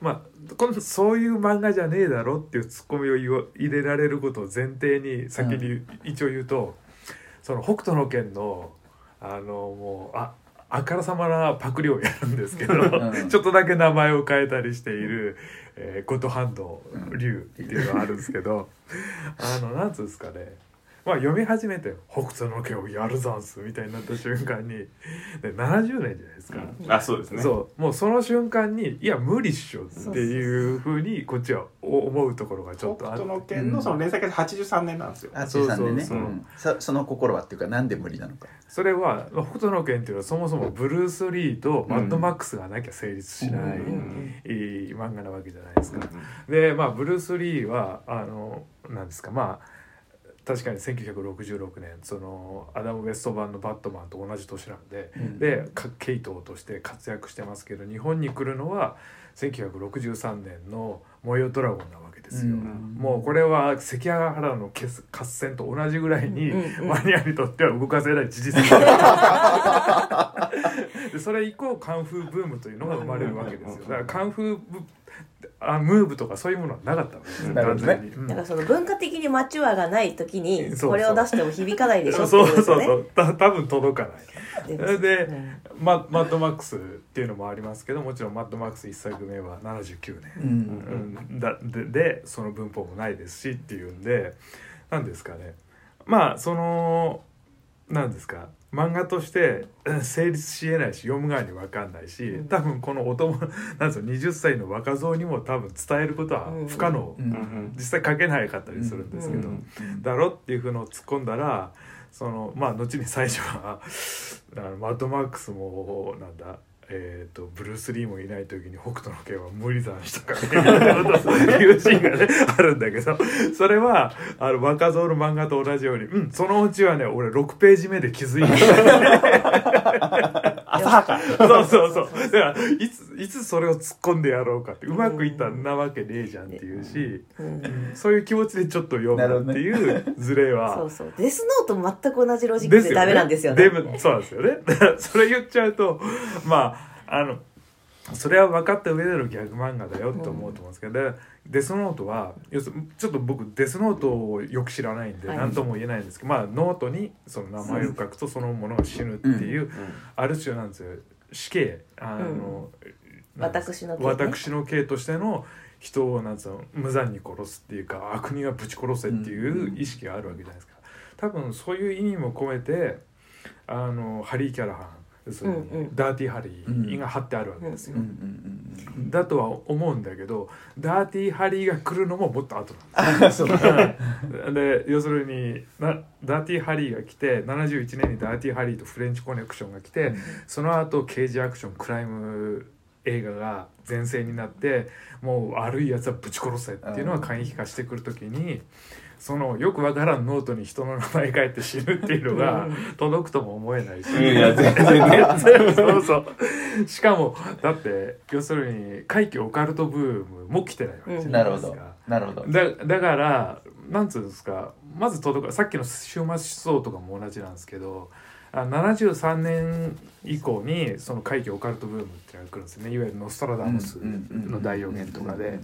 Speaker 5: まあ、このそういう漫画じゃねえだろっていうツッコミを言わ入れられることを前提に先に一応言うと、その北斗の拳のあのもうああからさまなパクリをやるんですけど、
Speaker 1: ん
Speaker 5: ちょっとだけ名前を変えたりしている、えーゴッドハンド龍っていうのがあるんですけど、あのなんつうんですかねまあ読み始めて「北斗の拳をやるざんす」みたいになった瞬間にで70年じゃないですか。
Speaker 3: あそうですね
Speaker 5: そうもうその瞬間に「いや無理っしょ」っていうふうにこっちは思うところがちょっと
Speaker 3: 北
Speaker 5: あって
Speaker 3: 斗の拳のその連載が83年なんですよ、
Speaker 1: あついさんでね
Speaker 5: そうそうそう
Speaker 1: うんさその心はっていうかなんで無理なのか
Speaker 5: それはまあ北斗の拳っていうのはそもそもブルース・リーとマッドマックスがなきゃ成立しない、
Speaker 3: うん
Speaker 5: いい漫画なわけじゃないですか。 でまあブルース・リーはあのなんですかまあ確かに1966年そのアダム・ウェスト版の「バットマン」と同じ年なんで、でかケイトーとして活躍してますけど日本に来るのは1963年の「燃えよドラゴン」なわけですよ。
Speaker 1: うん
Speaker 5: もうこれは関ヶ原の決合戦と同じぐらいに
Speaker 2: うんうん
Speaker 5: マニアにとっては動かせない事実があるでそれ以降カンフーブームというのが生まれるわけですよだからカンフーブあムーブとかそういうものはなかったわけですよ
Speaker 1: なるほどね
Speaker 5: 完全に
Speaker 2: だか
Speaker 5: うん
Speaker 2: らその文化的にマチュアがない時に
Speaker 5: そう
Speaker 2: これを出しても響かないでし
Speaker 5: そ
Speaker 2: ょ
Speaker 5: う
Speaker 2: ってい
Speaker 5: そう
Speaker 2: こと
Speaker 5: うそ
Speaker 2: ね
Speaker 5: うた多分届かないで、
Speaker 2: うん
Speaker 5: ママッドマックスっていうのもありますけどもちろんマッドマックス一作目は79年、うんだででその文法もないですしっていうんで何ですかねまあその何ですか漫画としてうん成立しえないし読む側に分かんないし、多分このお友 なんですか20歳の若造にも多分伝えることは不可能、
Speaker 1: うん
Speaker 5: 実際書けないかったりするんですけど、だろっていうふうのを突っ込んだらそのまあ後に最初は あのマッドマックスもなんだえー、とブルース・リーもいない時に北斗の拳は無理算したからねみたいなことをいうシーンがねあるんだけどそれはあの若造の漫画と同じようにうんそのうちはね俺6ページ目で気づ いた
Speaker 3: 浅はか
Speaker 5: そうそうそうだからいついつそれを突っ込んでやろうかってうまくいったんなわけねえじゃんっていうし、
Speaker 2: うん
Speaker 5: そういう気持ちでちょっと読むっていうズレは
Speaker 2: そうそうデスノート全く同じロジックでダメなんですよね
Speaker 5: でもそうなんですよね。 だからそれ言っちゃうと、まあ、あの、それは分かった上でのギャグ漫画だよと思うと思うんですけど、でデスノートは要するにちょっと僕デスノートをよく知らないんで
Speaker 2: はい
Speaker 5: 何とも言えないんですけど、まあノートにその名前を書くとそのものが死ぬっていうある種なんですよ死刑あの、なんです
Speaker 2: 私の刑ね
Speaker 5: 私の刑としての人をなんつうの無残に殺すっていうか悪人はぶち殺せっていう意識があるわけじゃないですか、多分そういう意味も込めてあのハリー・キャラハン要するに
Speaker 2: うんうん
Speaker 5: ダーティー・ハリーが貼ってあるわけですよ、
Speaker 1: うんうんうん
Speaker 5: だとは思うんだけどダーティー・ハリーが来るのももっと後なん
Speaker 1: あそう
Speaker 5: ですよ で要するになダーティー・ハリーが来て71年にダーティー・ハリーとフレンチ・コネクションが来て、その後刑事アクションクライム映画が前世になってもう悪いやつはぶち殺せっていうのは簡易化してくる時に。そのよくわからんノートに人の名前書いて死ぬっていうのが届くとも思えないし、
Speaker 3: いや全然
Speaker 5: 全部そうそうしかもだって要するに怪奇オカルトブームも来てないわけじ
Speaker 1: う
Speaker 5: ゃ
Speaker 1: ん
Speaker 5: な
Speaker 1: ないる
Speaker 5: で
Speaker 1: ほ
Speaker 5: すか、
Speaker 1: どなるほど
Speaker 5: だだからなんつうんですかまず届かさっきの終末思想とかも同じなんですけどあ73年以降にその怪奇オカルトブームっていうのが来るんですよねいわゆるノストラダムスの大予言とかで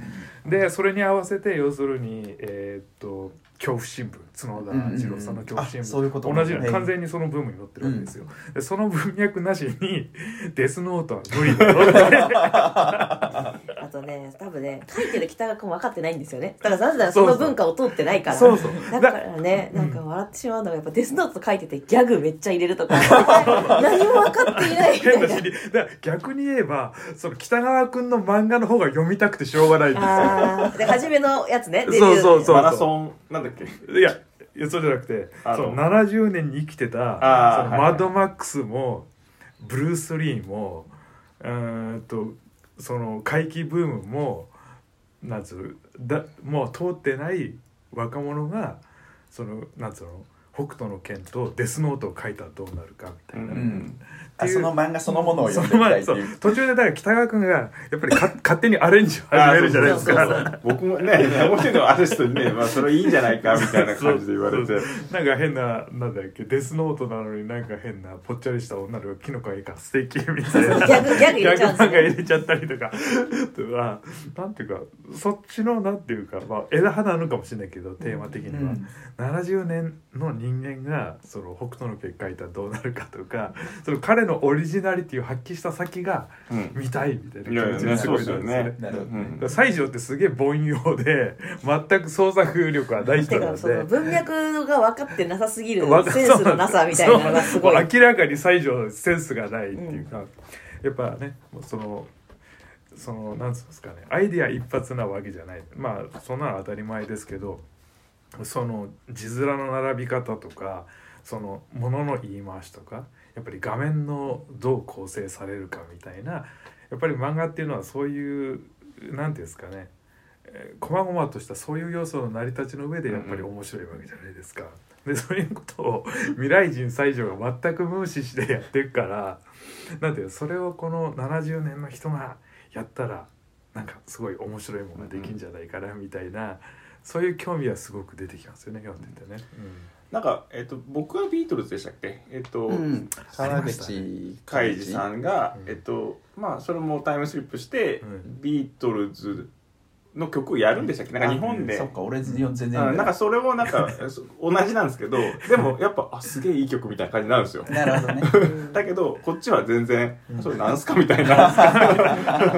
Speaker 5: でそれに合わせて要するにえーっと恐怖新聞角田二郎さんの恐怖新
Speaker 1: うんうんうんあそういう
Speaker 5: 聞
Speaker 1: ことと
Speaker 5: 同じ
Speaker 1: はい
Speaker 5: 完全にそのブームに乗ってるわけですよでその文脈なしに デスノートは無理だろって
Speaker 2: あとね多分ね書いてる北川君分かってないんですよねだからなぜならその文化を通ってないから
Speaker 5: そうそう
Speaker 2: だからねなんか笑ってしまうのがやっぱデスノート書いててギャグめっちゃ入れると か何も分かっていないみた
Speaker 5: 変
Speaker 2: い
Speaker 5: だ
Speaker 2: な
Speaker 5: しだから逆に言えばその北川君の漫画の方が読みたくてしょうがないんですよ
Speaker 2: あーで初めのやつねデビュー
Speaker 5: そうそうそう
Speaker 3: マラソンなんだっけ
Speaker 5: いやいやそうじゃなくて
Speaker 3: あの
Speaker 5: その70年に生きてた
Speaker 3: あー
Speaker 5: その
Speaker 3: はい
Speaker 5: マッドマックスもブルース・リーもうーんとその怪奇ブームもなんつうのだもう通ってない若者がそのなんつうの北斗の拳とデスノートを書いたらどうなるかみたいな。
Speaker 1: うん
Speaker 5: っ
Speaker 1: あ
Speaker 5: てい
Speaker 1: そ
Speaker 5: う
Speaker 1: の漫画そのものを
Speaker 5: そ
Speaker 1: 読
Speaker 5: の
Speaker 1: んでみたいっ
Speaker 5: 前
Speaker 1: てい
Speaker 5: そ
Speaker 1: うう
Speaker 5: 途中でだから北川君がやっぱりか勝手にアレンジを始めるじゃないです
Speaker 2: あーそうそうそう
Speaker 5: か。
Speaker 3: 僕もね面白いのはある人にね、まあ、それいいんじゃないかみたいな感じで言われて
Speaker 5: そうなんか変ななんだっけデスノートなのになんか変なぽっちゃりした女の子がキノコがいいから素敵みたいな
Speaker 2: ギャグギャグ入れちゃうんですね
Speaker 5: ギャグ漫画入れちゃったりとかとかなんていうかそっちのなんていうか、まあ、枝葉なのかもしれないけどテーマ的には、70年の人間がその北斗の拳書いたらどうなるかとかその彼ののオリジナリティを発揮した先が
Speaker 3: うん
Speaker 5: 見たいみたい
Speaker 3: いやい
Speaker 5: な
Speaker 3: や
Speaker 5: 気持
Speaker 3: ね
Speaker 5: ち
Speaker 3: そうです
Speaker 5: にな
Speaker 3: よ
Speaker 5: る
Speaker 3: ね。
Speaker 5: ん
Speaker 1: なるほど
Speaker 3: うん
Speaker 5: 西条ってすげえ凡庸で全く創作力はない
Speaker 2: て
Speaker 5: 人な
Speaker 2: か
Speaker 5: ん
Speaker 2: その
Speaker 5: で
Speaker 2: 文脈が分かってなさすぎる
Speaker 5: わか
Speaker 2: センスのなさみたいなのがすごい
Speaker 5: そうもう明らかに西条センスがないっていうか、やっぱねもうそのそのなんつうんですかねアイディア一発なわけじゃないまあそんなの当たり前ですけどその字面の並び方とかそのものの言い回しとかやっぱり画面のどう構成されるかみたいなやっぱり漫画っていうのはそういうなんていうんですかねえー細々としたそういう要素の成り立ちの上でやっぱり面白いわけじゃないですか。でそういうことを未来人西条が全く無視してやってるからなんていうのそれをこの70年の人がやったらなんかすごい面白いものができるんじゃないかなみたいな、そういう興味はすごく出てきますよね読んでてね。
Speaker 3: なんか、えっと、僕はビートルズでしたっけえっと、
Speaker 1: うん、
Speaker 5: あ
Speaker 1: 川
Speaker 5: りました
Speaker 1: 口
Speaker 3: カイジさんが、
Speaker 5: うん
Speaker 3: えっとまあそれもタイムスリップして、
Speaker 5: うん
Speaker 3: ビートルズの曲をやるんでしたっけなんか日本で、
Speaker 1: そっか俺全然全然
Speaker 3: うんなんかそれもなんか そ同じなんですけどでもやっぱあすげえいい曲みたいな感じになるんですよ
Speaker 1: なるほどね
Speaker 3: だけどこっちは全然それなんすかみたいな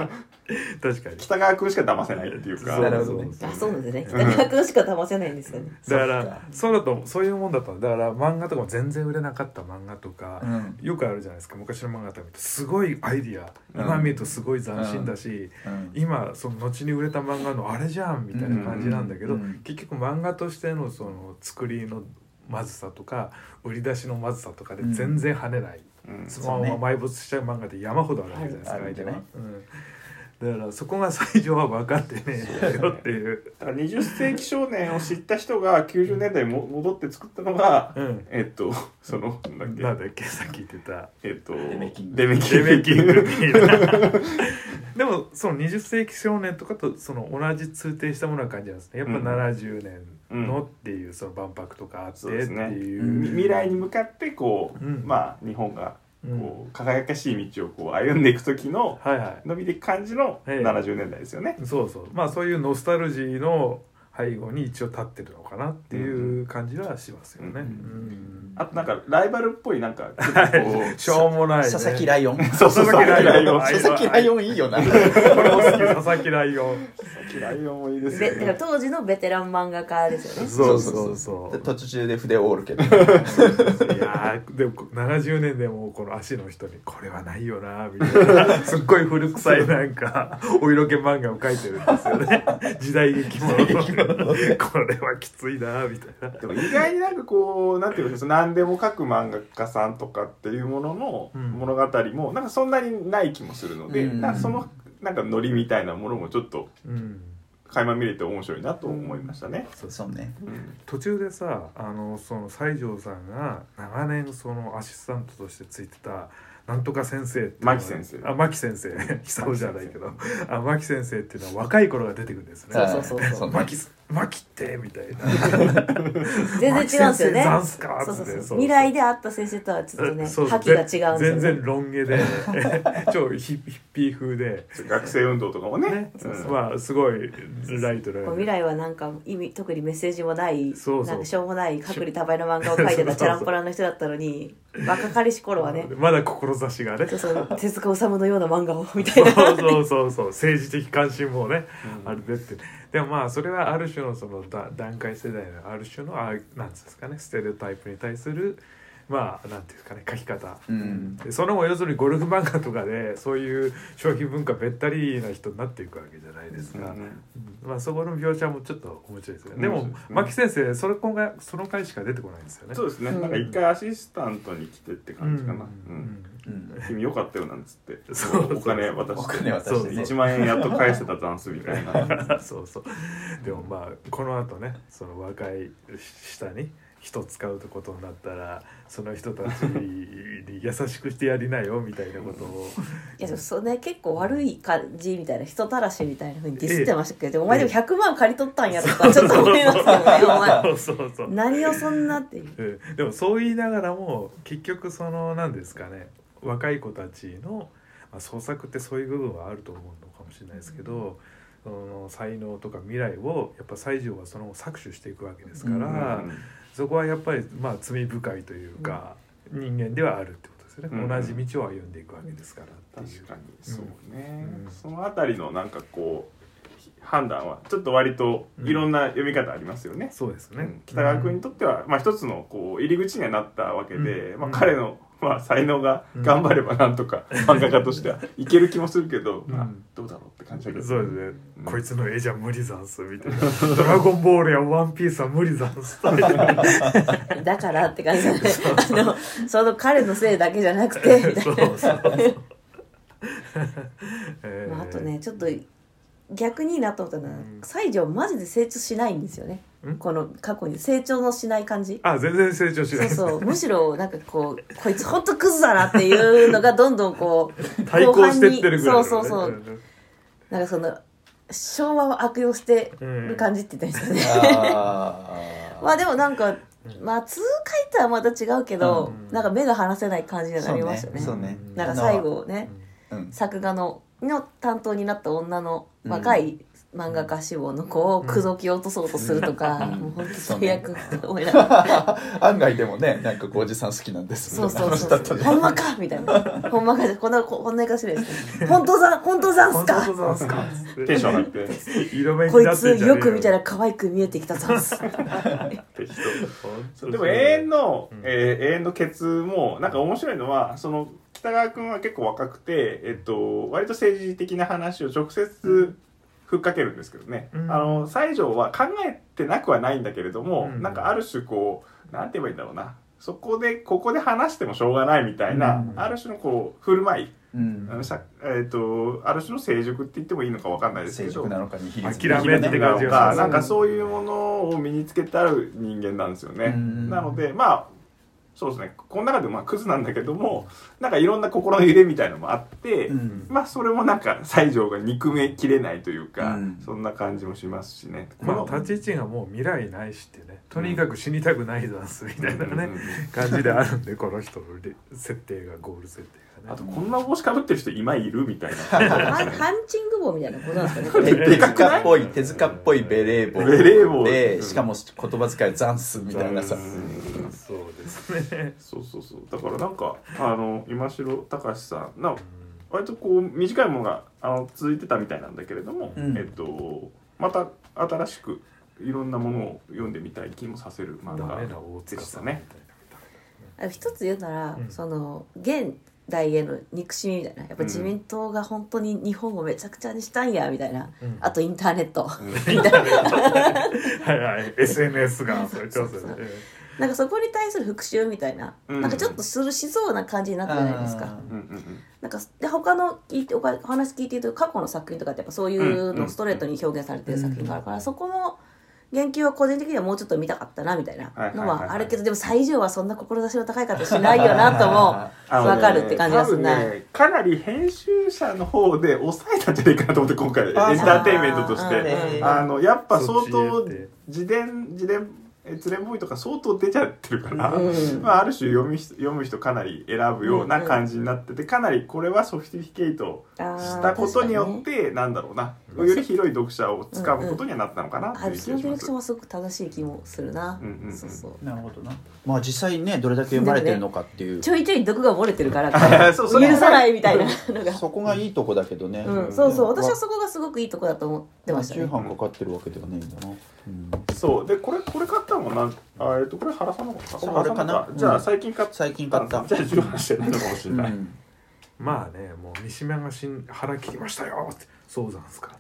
Speaker 5: 確かに
Speaker 3: 北川君しか騙せないっていうか
Speaker 5: そう
Speaker 1: なるほどね
Speaker 5: そうそう
Speaker 2: あそうなんですね北川君しか騙せないんですよね、
Speaker 5: だからそうだとそういうもんだったのだから漫画とかも全然売れなかった漫画とか、
Speaker 1: うん
Speaker 5: よくあるじゃないですか昔の漫画とか見てすごいアイディア今見るとすごい斬新だし、
Speaker 1: うん
Speaker 5: 今その後に売れた漫画のあれじゃんみたいな感じなんだけど、
Speaker 1: うんうん
Speaker 5: 結局漫画としてのその作りのまずさとか売り出しのまずさとかで全然跳ねない、
Speaker 3: うん
Speaker 5: そのまま埋没しちゃう漫画で山ほどあるわけじゃないですか、
Speaker 1: はい
Speaker 5: 相手はうん、だからそこが最上は分かってねえよっていう、
Speaker 3: だから20世紀少年を知った人が90年代にも戻って作ったのが、
Speaker 5: うん、
Speaker 3: えっとそのなん
Speaker 5: な
Speaker 3: だっ
Speaker 5: んだっけさっき言ってた
Speaker 3: けえっと
Speaker 1: デメキング
Speaker 3: デメキン
Speaker 5: デ
Speaker 3: グ
Speaker 5: メキングピーナ でもその20世紀少年とかとその同じ通底したものは感じなんですねやっぱ
Speaker 3: うん
Speaker 5: 70年
Speaker 3: う
Speaker 5: の
Speaker 3: ん
Speaker 5: っていうその万博とかあって
Speaker 3: そ
Speaker 5: っ
Speaker 3: う
Speaker 5: て
Speaker 3: ですね
Speaker 5: いう
Speaker 1: うん
Speaker 3: み 未来に向かってこう、
Speaker 5: うん
Speaker 3: まあ日本が
Speaker 5: うん
Speaker 3: こう輝かしい道をこう歩んでいく時の
Speaker 5: はいは
Speaker 3: 伸びていく感じの
Speaker 5: ええ
Speaker 3: 70年代ですよね。
Speaker 5: いそうそうまあそういうノスタルジーの背後に一応立ってるのかなっていう感じはしますよね、
Speaker 3: うん
Speaker 5: うん
Speaker 3: あとなんかライバルっぽいなんかちょっとこう
Speaker 5: しょうもない、ね、
Speaker 1: 佐々木
Speaker 5: ライ
Speaker 1: ライオン
Speaker 3: そうそうそう
Speaker 5: 佐々木ライオン
Speaker 1: 佐々木ライオンいいよな
Speaker 5: オンこれも好き佐々木ライオン
Speaker 3: ライオンもいいで
Speaker 2: べ
Speaker 3: すよ
Speaker 2: だから
Speaker 3: ね。
Speaker 2: 当時のベテラン漫画家ですよね
Speaker 5: そうそうそう
Speaker 1: 途中で筆を折るけど
Speaker 5: いやーでも70年でもこの足の人に「これはないよな」みたいなすっごい古臭いなんかお色気漫画を描いてるんですよ ね時代劇ものこれはきついなみたいな
Speaker 3: でも意外になんかこうなんていうのその何でも書く漫画家さんとかっていうものの
Speaker 5: うん
Speaker 3: 物語もなんかそんなにない気もするので、
Speaker 1: うん
Speaker 3: なんかそのなんかノリみたいなものもちょっと
Speaker 5: うん
Speaker 3: 垣間見れて面白いなと思いましたね。
Speaker 1: そうね
Speaker 3: うん
Speaker 5: 途中でさあのその西条さんが長年そのアシスタントとしてついてたなんとか先生っていうのは
Speaker 3: 牧先生
Speaker 5: あ牧先生 久男じゃないけどあ牧先生っていうのは若い頃が出てくるんですね
Speaker 1: はい
Speaker 2: そうそうそう
Speaker 1: そうね
Speaker 5: 牧牧ってみたいな
Speaker 2: 全然違うんですよね
Speaker 5: マキ先生なんすか
Speaker 2: そうそう
Speaker 5: つって
Speaker 2: そう
Speaker 5: そう
Speaker 2: 未来で会った先生とはちょっとね
Speaker 5: そう
Speaker 2: 覇気が違うんですよ
Speaker 5: 全
Speaker 2: ね
Speaker 5: 然ロン毛で 超ヒヒッピー風で、
Speaker 3: 学生運動とかもね。
Speaker 5: ね
Speaker 3: うん
Speaker 5: まあすごいライトな
Speaker 2: こう未来はなんか意味特にメッセージもない
Speaker 5: そうそ
Speaker 2: な
Speaker 5: う
Speaker 2: んかしょうもない隔離多倍の漫画を描いてたチャランポランの人だったの に若かりし頃はね
Speaker 5: まだ志がね
Speaker 2: そ
Speaker 5: そうう
Speaker 2: そう手塚治虫のような漫画を みたいな
Speaker 5: そうそうそう政治的関心もね、あれでってでもまあそれはある種のそのだ段階世代のある種のあなんつうんですかねステレオタイプに対するまあなんていうんですかね書き方、
Speaker 1: うん
Speaker 5: でその後要するにゴルフ漫画とかでそういう消費文化べったりな人になっていくわけじゃないですか、
Speaker 3: うん
Speaker 5: まあそこの描写もちょっと面白いですよね。で
Speaker 3: 面
Speaker 5: も
Speaker 3: 白いですね
Speaker 5: 牧先生それ今回その回しか出てこないんですよね。
Speaker 3: そうですね、
Speaker 2: うん
Speaker 3: なんか一回アシスタントに来てって感じかな、
Speaker 5: う
Speaker 3: うん
Speaker 5: ん
Speaker 1: うん
Speaker 3: 君よかったよなんつって
Speaker 5: そうそう
Speaker 3: お金渡
Speaker 1: お
Speaker 3: して
Speaker 1: 金渡してね
Speaker 3: 1万円やっと返せたざんすみた いな
Speaker 5: そうそう。でもまあこの後ねその若い下に人使うことになったらその人たちに優しくしてやりなよみたいなことを
Speaker 2: いやでもそれね結構悪い感じみたいな人たらしみたいなふうにディスってましたけど、お前 でも100万借り取ったんやとかちょっと思いますけどねお前
Speaker 5: そうそうそう。
Speaker 2: 何をそんな っていう
Speaker 5: うんでもそう言いながらも結局その何ですかね若い子たちの、まあ、創作ってそういう部分はあると思うのかもしれないですけど、その才能とか未来をやっぱ西条はその搾取していくわけですから、
Speaker 3: うん
Speaker 5: そこはやっぱりまあ罪深いというか、人間ではあるってことですですよね、
Speaker 3: うん
Speaker 5: 同じ道を歩んでいくわけですからっていう
Speaker 3: 確かにそうね、
Speaker 5: うん
Speaker 3: そのあたりのなんかこう判断はちょっと割といろんな読み方ありますよね、
Speaker 5: そうです
Speaker 3: う
Speaker 5: ね、
Speaker 3: ん北川君にとっては、まあ、一つのこう入り口にはなったわけで、
Speaker 5: うん
Speaker 3: まあ、
Speaker 5: うん
Speaker 3: 彼の、まあ、才能が
Speaker 5: うん
Speaker 3: 頑張ればなんとか漫画家としてはいける気もするけど、
Speaker 5: うん
Speaker 3: まあ、どうだろうって感じだけど
Speaker 5: そうですね、
Speaker 3: うん
Speaker 5: こいつの絵じゃ無理ざんすみたいな「ドラゴンボール」や「ワンピースは無理ざんす」みたいな
Speaker 2: だからって感じだねあのその彼のせいだけじゃなく てみたいな
Speaker 5: そうそうそう、え
Speaker 2: まあ、
Speaker 5: ー
Speaker 2: あとねちょっと逆にいいなと思ったのは、
Speaker 5: うん
Speaker 2: 西条マジで成長しないんですよね
Speaker 5: ん
Speaker 2: この過去に成長のしない感じ
Speaker 5: あ全然成長しな
Speaker 2: そう
Speaker 5: い
Speaker 2: そうむしろなんかこうこいつほんとクズだなっていうのがどんどんこう
Speaker 5: 対抗してってるぐらいのね
Speaker 2: そうそうそう なんかその昭和を悪用してる感じって言ってましたね、
Speaker 1: あー
Speaker 2: まあでもなんか、まあ通回とはまた違うけど、
Speaker 5: うん
Speaker 2: なんか目が離せない感じにはなりましたね
Speaker 1: そうね
Speaker 2: なんか最後ね、
Speaker 1: うん
Speaker 2: 作画のの担当になった女の若い漫画家志望の子を口説き落とそうとするとか、
Speaker 1: うん
Speaker 2: もう本当最悪と思いなが ら
Speaker 1: 案外でもねなんかおじさん好きなんです
Speaker 2: そうそう
Speaker 1: 話
Speaker 2: そ
Speaker 1: だ
Speaker 2: う
Speaker 1: った
Speaker 2: そう
Speaker 1: ね
Speaker 2: ほんまかみたいなほんまかじゃこんなここんな言い方しないですけど本当ざん本当ざんす
Speaker 5: 本当
Speaker 2: か
Speaker 5: そうざんすか
Speaker 3: テンション上がって
Speaker 5: 色目
Speaker 2: こ
Speaker 5: に
Speaker 2: い
Speaker 5: なって
Speaker 2: つ
Speaker 5: んじゃねえ
Speaker 2: よく見たら可愛く見えてきたざん す
Speaker 3: って人
Speaker 5: 本当そう
Speaker 3: でも永遠の、
Speaker 5: うん
Speaker 3: えー永遠のケツもなんか面白いのはその北川君は結構若くて、えっと、割と政治的な話を直接ふっかけるんですけどね、
Speaker 5: うん
Speaker 3: あの西条は考えてなくはないんだけれども、
Speaker 5: うん
Speaker 3: なんかある種こうなんて言えばいいんだろうなそこでここで話してもしょうがないみたいな、
Speaker 5: うん
Speaker 3: ある種のこう振る舞い、
Speaker 1: うん
Speaker 3: あのさえっとある種の成熟って言ってもいいのかわかんないですけ
Speaker 1: 成
Speaker 3: ど
Speaker 1: 熟なのかに
Speaker 5: 諦め
Speaker 3: な
Speaker 5: て
Speaker 3: ん
Speaker 5: く感じが
Speaker 3: か
Speaker 5: する
Speaker 3: なんかそういうものを身につけてある人間なんですよね。
Speaker 1: うん
Speaker 3: なのでまあそうですねこの中でもまあクズなんだけどもなんかいろんな心の揺れみたいのもあって、
Speaker 1: うん
Speaker 3: まあそれもなんか西条が憎めきれないというか、
Speaker 1: うん
Speaker 3: そんな感じもしますしね。
Speaker 5: まあ立ち位置がもう未来ないしってねとにかく死にたくないダンスみたいな
Speaker 3: うんうん
Speaker 5: ね
Speaker 3: うん
Speaker 5: 感じであるんでこの人の設定がゴール設定が
Speaker 3: あと
Speaker 5: ね
Speaker 3: こんな帽子かぶってる人今いるみたい
Speaker 2: ハン
Speaker 3: な。
Speaker 2: ハンチング帽みたいなことなんですかねこれ
Speaker 1: 手手塚っぽい手塚っぽいベレー帽
Speaker 3: ベレー帽
Speaker 1: でしかも言葉遣いザン スみたいなさ
Speaker 3: うん
Speaker 5: そうですね
Speaker 3: そうそうそうだからなんかあの今城隆さんな割とこう短いものがあの続いてたみたいなんだけれども、
Speaker 1: うん
Speaker 3: えっと、また新しくいろんなものを読んでみたい気もさせる漫
Speaker 5: ダ
Speaker 3: 画
Speaker 5: メな大塚さんみたい
Speaker 2: あ一つ言うなら、
Speaker 5: うん
Speaker 2: その現代への憎しみみたいなやっぱ自民党が本当に日本をめちゃくちゃにしたんやみたいな、
Speaker 5: うん
Speaker 2: あとインターネット
Speaker 5: なはいはい SNS がそれちょっとね
Speaker 2: なんかそこに対する復讐みたいな、
Speaker 3: うん
Speaker 2: なんかちょっとするしそうな感じになったじゃないですか。
Speaker 3: うんうん
Speaker 2: なんかで他の聞いておかお話聞いてると過去の作品とかってやっぱそういう
Speaker 3: うんう
Speaker 2: の
Speaker 3: ん
Speaker 2: ストレートに表現されてる作品があるから、そこも言及は個人的にはもうちょっと見たかったなみたいなのはあるけど、でも最上はそんな志の高い方しないよなとも
Speaker 3: あのね
Speaker 2: 分かるって感じがするな、
Speaker 3: 多分ねかなり編集者の方で抑えたんじゃないかなと思って今回エンタ
Speaker 1: あー
Speaker 3: ーテインメントとし
Speaker 2: うん
Speaker 3: て
Speaker 2: うんうん
Speaker 3: あのやっぱ相
Speaker 5: そ
Speaker 3: 当
Speaker 5: っちへって
Speaker 3: 自伝自伝閲覧ボーイとか相当出ちゃってるから、
Speaker 2: うん
Speaker 3: まあ、ある種読み人読む人かなり選ぶような感じになっててかなりこれはソフィスティケイト
Speaker 2: あー
Speaker 3: したことによってなんだろうなより広い読者をつかむことにはなったのかな
Speaker 2: あ
Speaker 3: という
Speaker 2: そ
Speaker 3: 気
Speaker 2: の
Speaker 3: が
Speaker 2: ディレ
Speaker 3: しま
Speaker 2: ク
Speaker 3: す
Speaker 2: ションはすごく正しい気もするな、
Speaker 3: うんうんうん
Speaker 2: そうそう
Speaker 1: なるほどなまあ実際ねどれだけ読まれてるのかっていう
Speaker 2: ちょいちょい毒が漏れてるから
Speaker 3: そう そ
Speaker 2: 許
Speaker 3: れ
Speaker 2: さないみたいなのが、
Speaker 1: そこがいいとこだけどね
Speaker 2: うん、そうそう私はそこがすごくいいとこだと思ってました
Speaker 1: 中
Speaker 2: ね
Speaker 1: 半かかってるわけではないんだなうん
Speaker 3: そうでこれこれ買ったのもなあえっとこれ原さんの方
Speaker 1: これ
Speaker 3: 原さんの
Speaker 1: かな
Speaker 3: じゃ
Speaker 1: う
Speaker 3: あ
Speaker 1: ん
Speaker 3: 最近買った
Speaker 1: 最近買った
Speaker 3: じゃあ重版してないのかもし
Speaker 1: う
Speaker 3: れない、
Speaker 1: ん
Speaker 5: まあねもう三島が死ん腹切りましたよってそうなんすか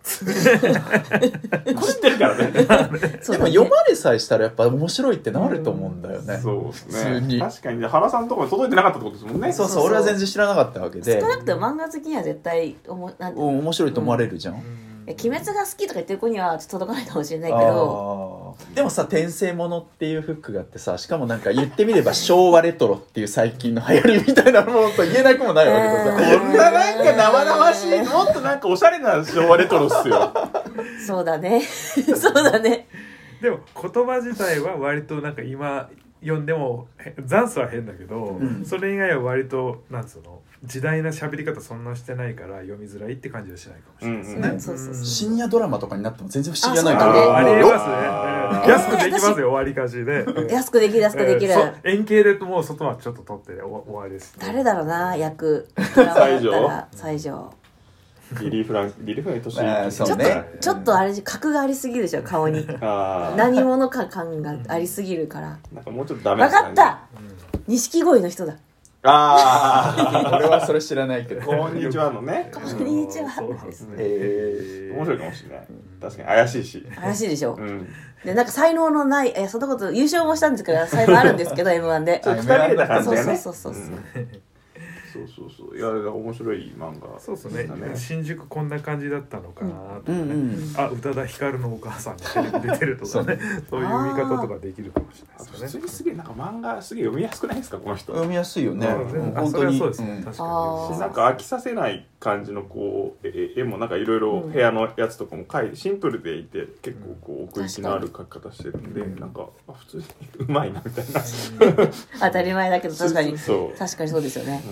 Speaker 3: 知ってるからね
Speaker 2: そう
Speaker 1: で
Speaker 2: だ
Speaker 1: も
Speaker 2: ね
Speaker 1: 読まれさえしたらやっぱ面白いってなると思うんだよね
Speaker 3: そうですね
Speaker 1: 普通に
Speaker 3: 確かに原さんのところに届いてなかったってことですもんね
Speaker 1: そう
Speaker 2: そうそ
Speaker 1: そうう俺は全然知らなかったわけで
Speaker 2: 少なくとも漫画好きには絶対思うなんて、
Speaker 1: う
Speaker 2: い
Speaker 1: ん面白いと思われるじゃん
Speaker 2: や鬼滅が好きとか言ってる子にはちょっと届かないかもしれないけど
Speaker 1: あーでもさ「転生もの」っていうフックがあってさしかもなんか言ってみれば昭和レトロっていう最近の流行りみたいなものと言えなくもないわけ ださ
Speaker 2: うん
Speaker 1: こ
Speaker 3: こんななんか生々しいもっとなんかおしゃれな昭 和レトロっすよ
Speaker 2: そうだね そうだね
Speaker 5: でも言葉自体は割となんか今読んでもへザンスは変だけど、
Speaker 1: うん
Speaker 5: それ以外は割となんつうの時代な喋り方そんなしてないから読みづらいって感じはしないかもしれないですね。
Speaker 2: うんそうそうそう
Speaker 1: 深夜ドラマとかになっても全然不思議じゃない
Speaker 2: ん
Speaker 1: から
Speaker 5: あーありえ
Speaker 1: もう
Speaker 5: ま
Speaker 1: よ
Speaker 5: す
Speaker 3: あ
Speaker 5: ね。
Speaker 3: ー
Speaker 5: 安くできますよ、割りかしで。
Speaker 2: 安くできる安くできる、
Speaker 5: えーそう円形でもう外はちょっと取ってお終わりです、
Speaker 2: 誰だろうな役ドラマだったら西条
Speaker 3: リリー・フランクリリー・フランク年
Speaker 1: あー
Speaker 2: ち
Speaker 1: そ
Speaker 2: ょ
Speaker 1: う
Speaker 2: っ
Speaker 1: ね
Speaker 2: とちょっとあれ格がありすぎるでしょ顔に
Speaker 3: ああ
Speaker 2: 何者か感がありすぎるから
Speaker 3: なんかもうちょっとダメ
Speaker 2: 分かった錦鯉の人だ
Speaker 3: あ
Speaker 1: 俺はそれ知らないけ ど
Speaker 3: あこんにちはのね
Speaker 2: こんにちは
Speaker 5: そうなんですね。
Speaker 1: え
Speaker 3: 面白いかもしれない確かに怪しいし
Speaker 2: 怪しいでしょ
Speaker 3: うん
Speaker 2: でなんか才能のないえそんなこと優勝もしたんですけど才能あるんです けど m 1で
Speaker 3: ちょっと二人だから
Speaker 2: そう
Speaker 3: だよ
Speaker 2: そう
Speaker 3: ね
Speaker 2: そうそうそう
Speaker 3: うんそうそうそういや面白い漫画
Speaker 5: そうですね。新宿こんな感じだったのかなとか
Speaker 1: う
Speaker 5: ね、
Speaker 1: んうん
Speaker 5: あ、宇多田ヒカルのお母さんがテレビ出てるとかね、そういう見方とかできるかもしれ
Speaker 3: あと
Speaker 5: ない
Speaker 3: 普通
Speaker 5: ですよね。
Speaker 3: にすげえなんか漫画すげえ読みやすくないですかこの人
Speaker 1: 読みやすいよね、
Speaker 3: うん
Speaker 1: うん
Speaker 5: あ
Speaker 1: 本当
Speaker 5: それは
Speaker 1: に
Speaker 5: そうですね。
Speaker 1: うん
Speaker 5: 確かに
Speaker 2: あー
Speaker 3: なんか飽きさせない感じのこうえ絵もなんかいろいろ部屋のやつとかも描いシンプルでいて結構こう奥行きのある描き方してるんで
Speaker 5: うん
Speaker 3: なんかあ普通にうまいなみたいな
Speaker 2: 当たり前だけど確かに
Speaker 3: そう
Speaker 2: 確かにそうですよね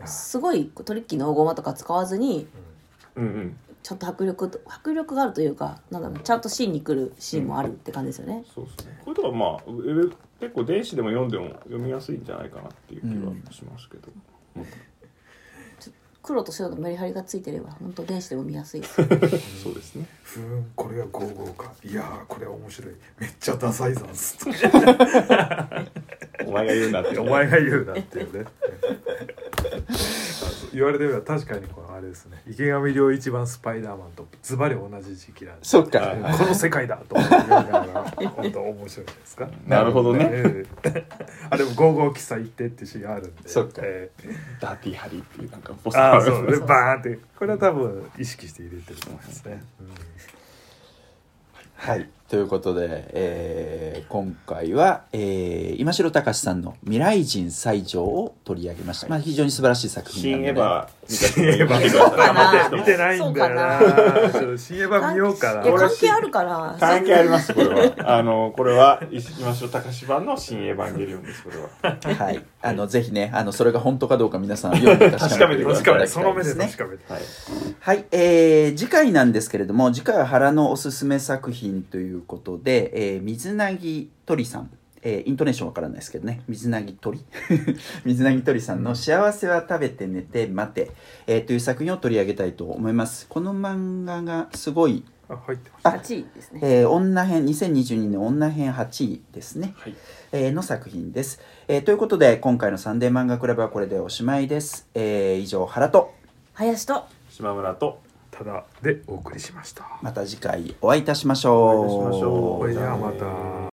Speaker 3: うん
Speaker 2: すごいトリッキーの大駒とか使わずに
Speaker 3: うんうん
Speaker 2: ちゃんと迫力と迫力があるというかなんだろうちゃんとシーンに来るシーンもあるって感じですよね、
Speaker 3: そうですねこれとかまあウェブ結構電子でも読んでも読みやすいんじゃないかなっていう気はしますけど、
Speaker 2: 黒と白のメリハリがついてれば本当電子でも見やすいです
Speaker 3: そうですね
Speaker 5: ふーん、これがゴーゴーか。いやー、これは面白い。めっちゃダサいざんす。
Speaker 3: お前が言うなって
Speaker 5: お前が言うなっ ていうね言われてみれば確かにこのあれですね池上良一版スパイダーマンとズバリ同じ時期なんで
Speaker 1: そっか、
Speaker 3: はい
Speaker 5: この世界だと思いながら本当面白いですか、
Speaker 3: なるほどね
Speaker 5: ええ あでも「ゴーゴー喫茶行って」ってシーンあるんで
Speaker 1: そっか
Speaker 5: え
Speaker 3: ダーティーハリーっていうなんかボ
Speaker 5: えああ
Speaker 3: る
Speaker 5: そうねバーンってこれは多分意識して入れてると思いますね、
Speaker 1: はい、ということで、えー今回は、えー今城隆さんの「未来人西条」を取り上げました、まあ、非常に素晴らしい作品な
Speaker 3: 新
Speaker 1: の
Speaker 3: エ
Speaker 1: で
Speaker 3: ヴァ見た
Speaker 5: 新エヴ
Speaker 3: 見
Speaker 5: ァ
Speaker 3: てく
Speaker 5: そ
Speaker 3: だ
Speaker 5: うか
Speaker 3: さい
Speaker 5: な見てないんだよな
Speaker 2: そう
Speaker 5: ちょっと新エヴァ見ようか
Speaker 2: いや
Speaker 5: な
Speaker 2: 関係あるから
Speaker 3: 関係ありますこれはあのこれは石木正隆版の新エヴァンゲリオンですこれは
Speaker 1: はい、あのぜひねあのそれが本当かどうか皆さんよく確かめてくだ
Speaker 5: 確
Speaker 1: さ
Speaker 5: かめ
Speaker 1: い
Speaker 5: てその目で確かめて、
Speaker 3: はい
Speaker 1: はい、えー次回なんですけれども次回は原のおすすめ作品ということで、えー水なぎ鳥さん、えーイントネーションわからないですけどね水なぎ鳥 水なぎ鳥さんの「幸せは食べて寝て待て」えーという作品を取り上げたいと思いますこの漫画がすごい、
Speaker 5: あ入ってまし
Speaker 2: 8位ですね
Speaker 1: えー女編2022年女編8位ですね、
Speaker 3: はい
Speaker 1: えーの作品です、えーということで今回の「サンデー漫画クラブ」はこれでおしまいです、えー以上原と
Speaker 2: 林と
Speaker 3: 島村と
Speaker 5: ただでお送りしました
Speaker 1: また次回お会いいたしまし
Speaker 3: お
Speaker 1: ょう
Speaker 3: 会いいたしましょう
Speaker 5: それではまた。